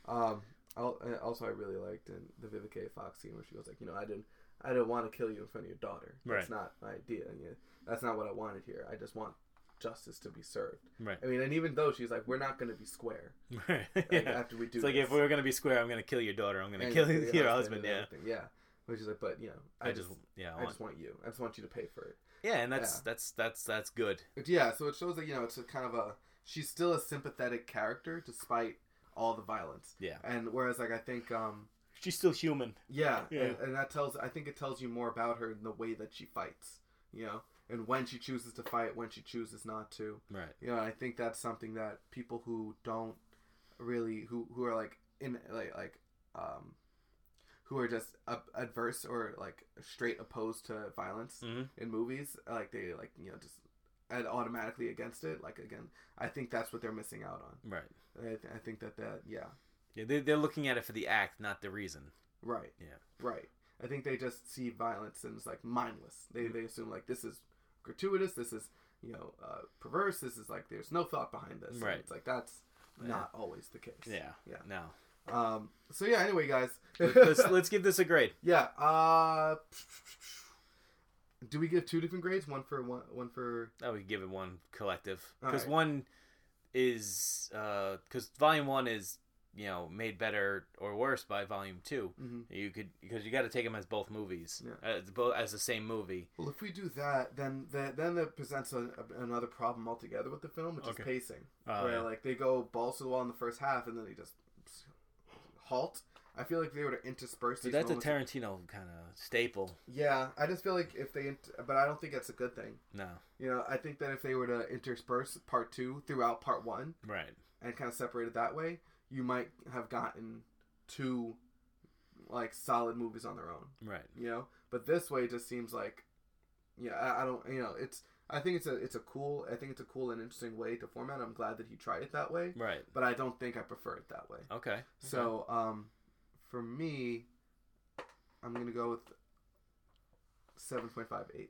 Speaker 1: Um. al- uh, Also, I really liked in the Vivica A. Fox scene where she goes like, you know, I didn't, I didn't want to kill you in front of your daughter. That's
Speaker 2: Right.
Speaker 1: not my idea. And you, that's not what I wanted here. I just want justice to be served.
Speaker 2: Right.
Speaker 1: I mean, and even though she's like, we're not going to be square like,
Speaker 2: yeah.
Speaker 1: after we do.
Speaker 2: It's like
Speaker 1: this.
Speaker 2: if we were gonna be square, I'm gonna kill your daughter. I'm gonna
Speaker 1: And
Speaker 2: kill your husband.
Speaker 1: and
Speaker 2: Yeah.
Speaker 1: everything, Yeah. Which is like, but you know,
Speaker 2: I, just, yeah, I
Speaker 1: I
Speaker 2: want-
Speaker 1: just want you. I just want you to pay for it.
Speaker 2: yeah, and that's
Speaker 1: yeah.
Speaker 2: that's that's that's good.
Speaker 1: It- Yeah, so it shows that you know it's a kind of a she's still a sympathetic character despite all the violence.
Speaker 2: Yeah.
Speaker 1: And whereas like I think um
Speaker 2: She's still human.
Speaker 1: yeah,
Speaker 2: Yeah.
Speaker 1: And, and that tells I think it tells you more about her in the way that she fights, you know, and when she chooses to fight, when she chooses not to.
Speaker 2: Right.
Speaker 1: You know, I think that's something that people who don't really who who are like in like like um who are just up adverse or like straight opposed to violence
Speaker 2: Mhm.
Speaker 1: in movies like they like you know just and automatically against it like again i think that's what they're missing out on
Speaker 2: Right.
Speaker 1: i, th- I think that that yeah
Speaker 2: Yeah, they they're looking at it for the act, not the reason.
Speaker 1: right
Speaker 2: Yeah.
Speaker 1: right i think they just see violence and it's like mindless they,
Speaker 2: Mm-hmm.
Speaker 1: they assume like this is gratuitous this is you know uh, perverse this is like there's no thought behind this And
Speaker 2: Right.
Speaker 1: it's like that's
Speaker 2: Yeah.
Speaker 1: not always the case
Speaker 2: Yeah.
Speaker 1: Yeah.
Speaker 2: No.
Speaker 1: um so yeah anyway guys
Speaker 2: let's let's give this a grade.
Speaker 1: yeah uh do we give two different grades one for one one for
Speaker 2: I would give it one collective
Speaker 1: All
Speaker 2: because
Speaker 1: right.
Speaker 2: one is because volume one is you know made better or worse by volume two.
Speaker 1: mhm.
Speaker 2: You could because you got to take them as both movies,
Speaker 1: Yeah.
Speaker 2: as both as the same movie.
Speaker 1: Well, if we do that, then that then that presents a, another problem altogether with the film, which
Speaker 2: Okay.
Speaker 1: is pacing.
Speaker 2: Uh,
Speaker 1: where Oh, like they go balls to the wall in the first half, and then they just halt. I feel like they were to intersperse.
Speaker 2: but
Speaker 1: these
Speaker 2: that's a
Speaker 1: moments.
Speaker 2: Tarantino kind of staple.
Speaker 1: yeah. I just feel like if they, int- but I don't think that's a good thing.
Speaker 2: No,
Speaker 1: You know, I think that if they were to intersperse part two throughout part one
Speaker 2: right?
Speaker 1: and kind of separate it that way, you might have gotten two like solid movies on their own
Speaker 2: Right.
Speaker 1: you know but this way just seems like yeah I, I don't you know it's i think it's a it's a cool i think it's a cool and interesting way to format i'm glad that he tried it that way
Speaker 2: Right.
Speaker 1: but i don't think i prefer it that way
Speaker 2: Okay. Okay.
Speaker 1: so um for me i'm gonna go with 7.58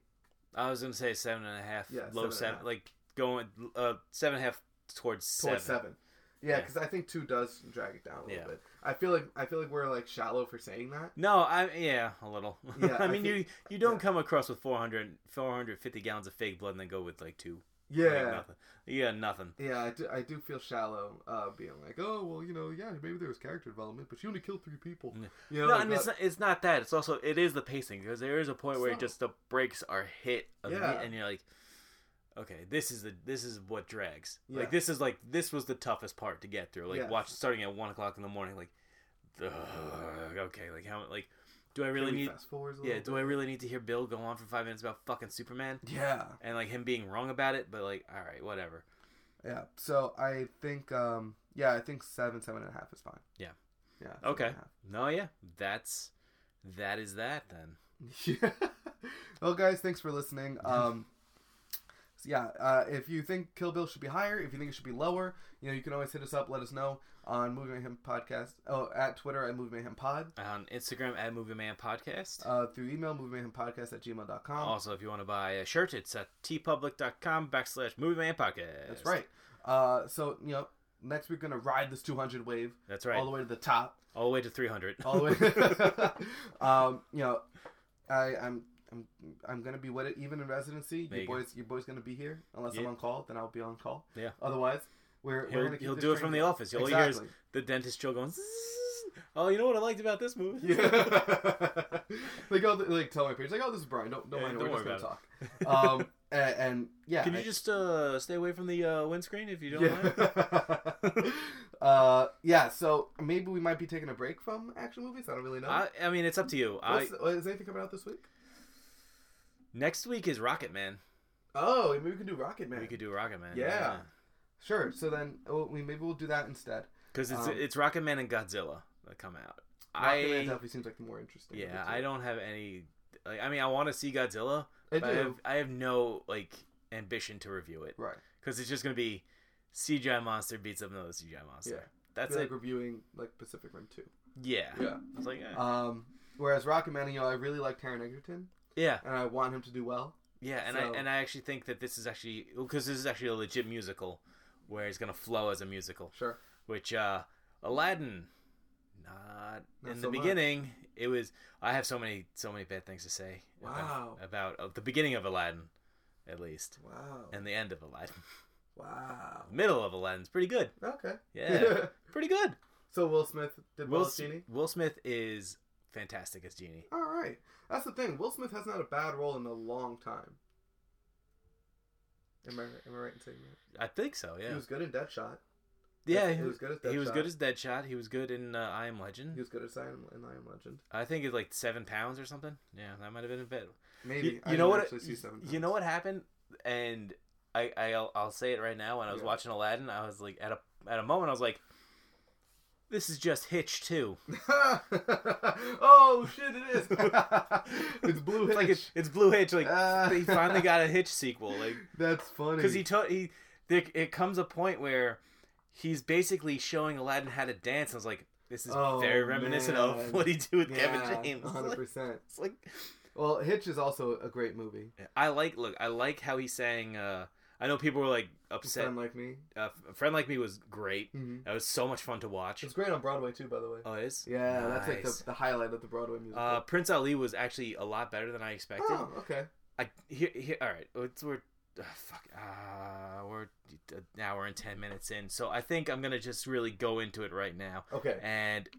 Speaker 2: I was gonna say seven and a half.
Speaker 1: Yeah,
Speaker 2: low
Speaker 1: seven and a
Speaker 2: seven,
Speaker 1: half.
Speaker 2: like going uh seven and a half towards seven.
Speaker 1: towards seven yeah
Speaker 2: Yeah.
Speaker 1: because i think two does drag it down a little
Speaker 2: Yeah.
Speaker 1: bit i feel like i feel like we're like shallow for saying that
Speaker 2: No, I yeah, a little.
Speaker 1: Yeah,
Speaker 2: I
Speaker 1: I
Speaker 2: mean,
Speaker 1: think-
Speaker 2: you you don't
Speaker 1: yeah.
Speaker 2: come across with 400, 450 gallons of fake blood and then go with like two. Like,
Speaker 1: yeah
Speaker 2: nothing. Yeah, nothing.
Speaker 1: Yeah, I do, I do feel shallow uh, being like, oh, well, you know, yeah, maybe there was character development, but she only killed three people.
Speaker 2: Yeah.
Speaker 1: You know,
Speaker 2: No,
Speaker 1: like uh,
Speaker 2: and
Speaker 1: that-
Speaker 2: it's not, it's not that. It's also it is the pacing because there is a point where
Speaker 1: Slow.
Speaker 2: just the brakes are hit, imme-
Speaker 1: Yeah.
Speaker 2: and you're like, okay, this is the this is what drags.
Speaker 1: Yeah.
Speaker 2: Like this is like this was the toughest part to get through. Like
Speaker 1: Yes.
Speaker 2: watch starting at one o'clock in the morning. Like, ugh, okay, like how like do I
Speaker 1: Can
Speaker 2: really
Speaker 1: we
Speaker 2: need?
Speaker 1: fast forwards a
Speaker 2: Yeah,
Speaker 1: little
Speaker 2: do I really need to hear Bill go on for five minutes about fucking Superman?
Speaker 1: bit? yeah,
Speaker 2: and like him being wrong about it, but like, all right, whatever.
Speaker 1: yeah. So I think, um, yeah, I think seven, seven and a half is fine.
Speaker 2: Yeah.
Speaker 1: yeah. seven
Speaker 2: Okay.
Speaker 1: and a half.
Speaker 2: No, yeah, that's that is that then.
Speaker 1: Yeah. well, guys, thanks for listening. Um, so yeah, uh, if you think Kill Bill should be higher, if you think it should be lower, you know, you can always hit us up. Let us know on Movie Mayhem Podcast. Oh, at Twitter at Movie Mayhem Pod.
Speaker 2: On Instagram at Movie Man Podcast.
Speaker 1: Uh, um, through email, movie mayhem podcast at gmail.com.
Speaker 2: also, if you want to buy a shirt, it's at tpublic.com backslash Movie Man Podcast.
Speaker 1: That's right. Uh, so you know, next we're gonna ride this 200 wave
Speaker 2: That's right.
Speaker 1: all the way to the top,
Speaker 2: All the way to three hundred.
Speaker 1: all the way. um, you know, I, I'm I'm I'm gonna be with it even in residency.
Speaker 2: There
Speaker 1: Your
Speaker 2: you go.
Speaker 1: boys, your boys gonna be here unless I'm
Speaker 2: Yeah.
Speaker 1: on call. Then I'll be on call.
Speaker 2: Yeah.
Speaker 1: Otherwise, we're we're
Speaker 2: he'll
Speaker 1: gonna keep
Speaker 2: he'll
Speaker 1: this
Speaker 2: do it
Speaker 1: train
Speaker 2: from the
Speaker 1: going.
Speaker 2: office. All you hear is
Speaker 1: Exactly.
Speaker 2: the dentist Joe going. "Zzzz. Oh, you know what I liked about this movie?
Speaker 1: like, I'll, like tell my parents, like, oh, this is Brian. Don't don't
Speaker 2: Yeah,
Speaker 1: mind.
Speaker 2: don't
Speaker 1: We're just
Speaker 2: worry
Speaker 1: gonna talk. Um, and, and yeah,
Speaker 2: Can
Speaker 1: I-
Speaker 2: you just uh, stay away from the uh, windscreen if you don't mind?
Speaker 1: yeah. uh, yeah, so maybe we might be taking a break from action movies. I don't really know.
Speaker 2: I, I mean, it's up to you. I,
Speaker 1: What's- what- is anything coming out this week?
Speaker 2: next week is Rocket Man.
Speaker 1: Oh, maybe we can do Rocket Man.
Speaker 2: We could do Rocket Man.
Speaker 1: Yeah. Sure. So then oh, we maybe we'll do that instead.
Speaker 2: Because it's
Speaker 1: Um,
Speaker 2: it's Rocket Man and Godzilla that come out.
Speaker 1: Rocket Man
Speaker 2: I
Speaker 1: definitely seems like the more interesting. of the
Speaker 2: yeah,
Speaker 1: two.
Speaker 2: I don't have any. Like, I mean, I want to see Godzilla,
Speaker 1: I
Speaker 2: but I
Speaker 1: do.
Speaker 2: have, I have no like ambition to review it
Speaker 1: uh, Right.
Speaker 2: because it's just gonna be CGI monster beats up another CGI monster.
Speaker 1: Yeah.
Speaker 2: That's
Speaker 1: That's like
Speaker 2: it.
Speaker 1: reviewing like Pacific Rim Two.
Speaker 2: Yeah.
Speaker 1: Yeah.
Speaker 2: It's like eh.
Speaker 1: Um. Whereas Rocket Man, you know, I really like Taron Egerton,
Speaker 2: yeah,
Speaker 1: and I want him to do well.
Speaker 2: yeah, and
Speaker 1: so-
Speaker 2: I and I actually think that this is actually because this is actually a legit musical where it's gonna flow as a musical,
Speaker 1: Sure.
Speaker 2: which uh Aladdin. Not,
Speaker 1: Not
Speaker 2: in
Speaker 1: so
Speaker 2: the
Speaker 1: much.
Speaker 2: beginning. It was. I have so many, so many bad things to say. about-
Speaker 1: Wow.
Speaker 2: about uh, the beginning of Aladdin, at least,
Speaker 1: Wow.
Speaker 2: and the end of Aladdin.
Speaker 1: wow.
Speaker 2: Middle of Aladdin's pretty good.
Speaker 1: Okay.
Speaker 2: Yeah, pretty good.
Speaker 1: so Will Smith did
Speaker 2: Will
Speaker 1: Will
Speaker 2: S- Will Smith is fantastic as Genie.
Speaker 1: All right. That's the thing. Will Smith hasn't had a bad role in a long time. Am I, am I right in saying that?
Speaker 2: I think so.
Speaker 1: He
Speaker 2: Yeah.
Speaker 1: was good in Deadshot.
Speaker 2: yeah.
Speaker 1: He
Speaker 2: He
Speaker 1: was
Speaker 2: was,
Speaker 1: good as Deadshot.
Speaker 2: he was good as Deadshot. He was good in uh, I Am Legend.
Speaker 1: He was good as I Am, in I Am Legend.
Speaker 2: I think it's like seven pounds or something. Yeah, that might have been a bit.
Speaker 1: Maybe.
Speaker 2: You,
Speaker 1: I
Speaker 2: you
Speaker 1: didn't
Speaker 2: know what?
Speaker 1: actually see Seven
Speaker 2: You know
Speaker 1: Pounds.
Speaker 2: what happened? And I, I I'll, I'll say it right now. When I was
Speaker 1: Yeah.
Speaker 2: watching Aladdin, I was like at a at a moment I was like, this is just Hitch too.
Speaker 1: oh shit! It is. it's Blue
Speaker 2: It's
Speaker 1: Hitch.
Speaker 2: like it's, it's Blue Hitch. Like
Speaker 1: Ah.
Speaker 2: they finally got a Hitch sequel. Like
Speaker 1: That's funny.
Speaker 2: because he told he there, it comes a point where he's basically showing Aladdin how to dance. I was like, this is
Speaker 1: Oh,
Speaker 2: very reminiscent
Speaker 1: man.
Speaker 2: of what he did with
Speaker 1: Yeah,
Speaker 2: Kevin James. It's
Speaker 1: hundred
Speaker 2: Like,
Speaker 1: percent.
Speaker 2: it's like
Speaker 1: Well, Hitch is also a great movie.
Speaker 2: I like look. I like how he sang. Uh, I know people were like upset.
Speaker 1: Sound like me.
Speaker 2: uh, a friend like me was great.
Speaker 1: hmm
Speaker 2: That was so much fun to watch.
Speaker 1: It's great on Broadway too, by the way.
Speaker 2: Oh, it is.
Speaker 1: yeah, that's like
Speaker 2: Nice.
Speaker 1: the, the highlight of the Broadway musical.
Speaker 2: Uh, Prince Ali was actually a lot better than I expected.
Speaker 1: E oh, okay.
Speaker 2: I here, here all right. It's we're ah, fuck. Uh, we're an hour and ten minutes in, so I think I'm gonna just really go into it right now.
Speaker 1: Okay.
Speaker 2: And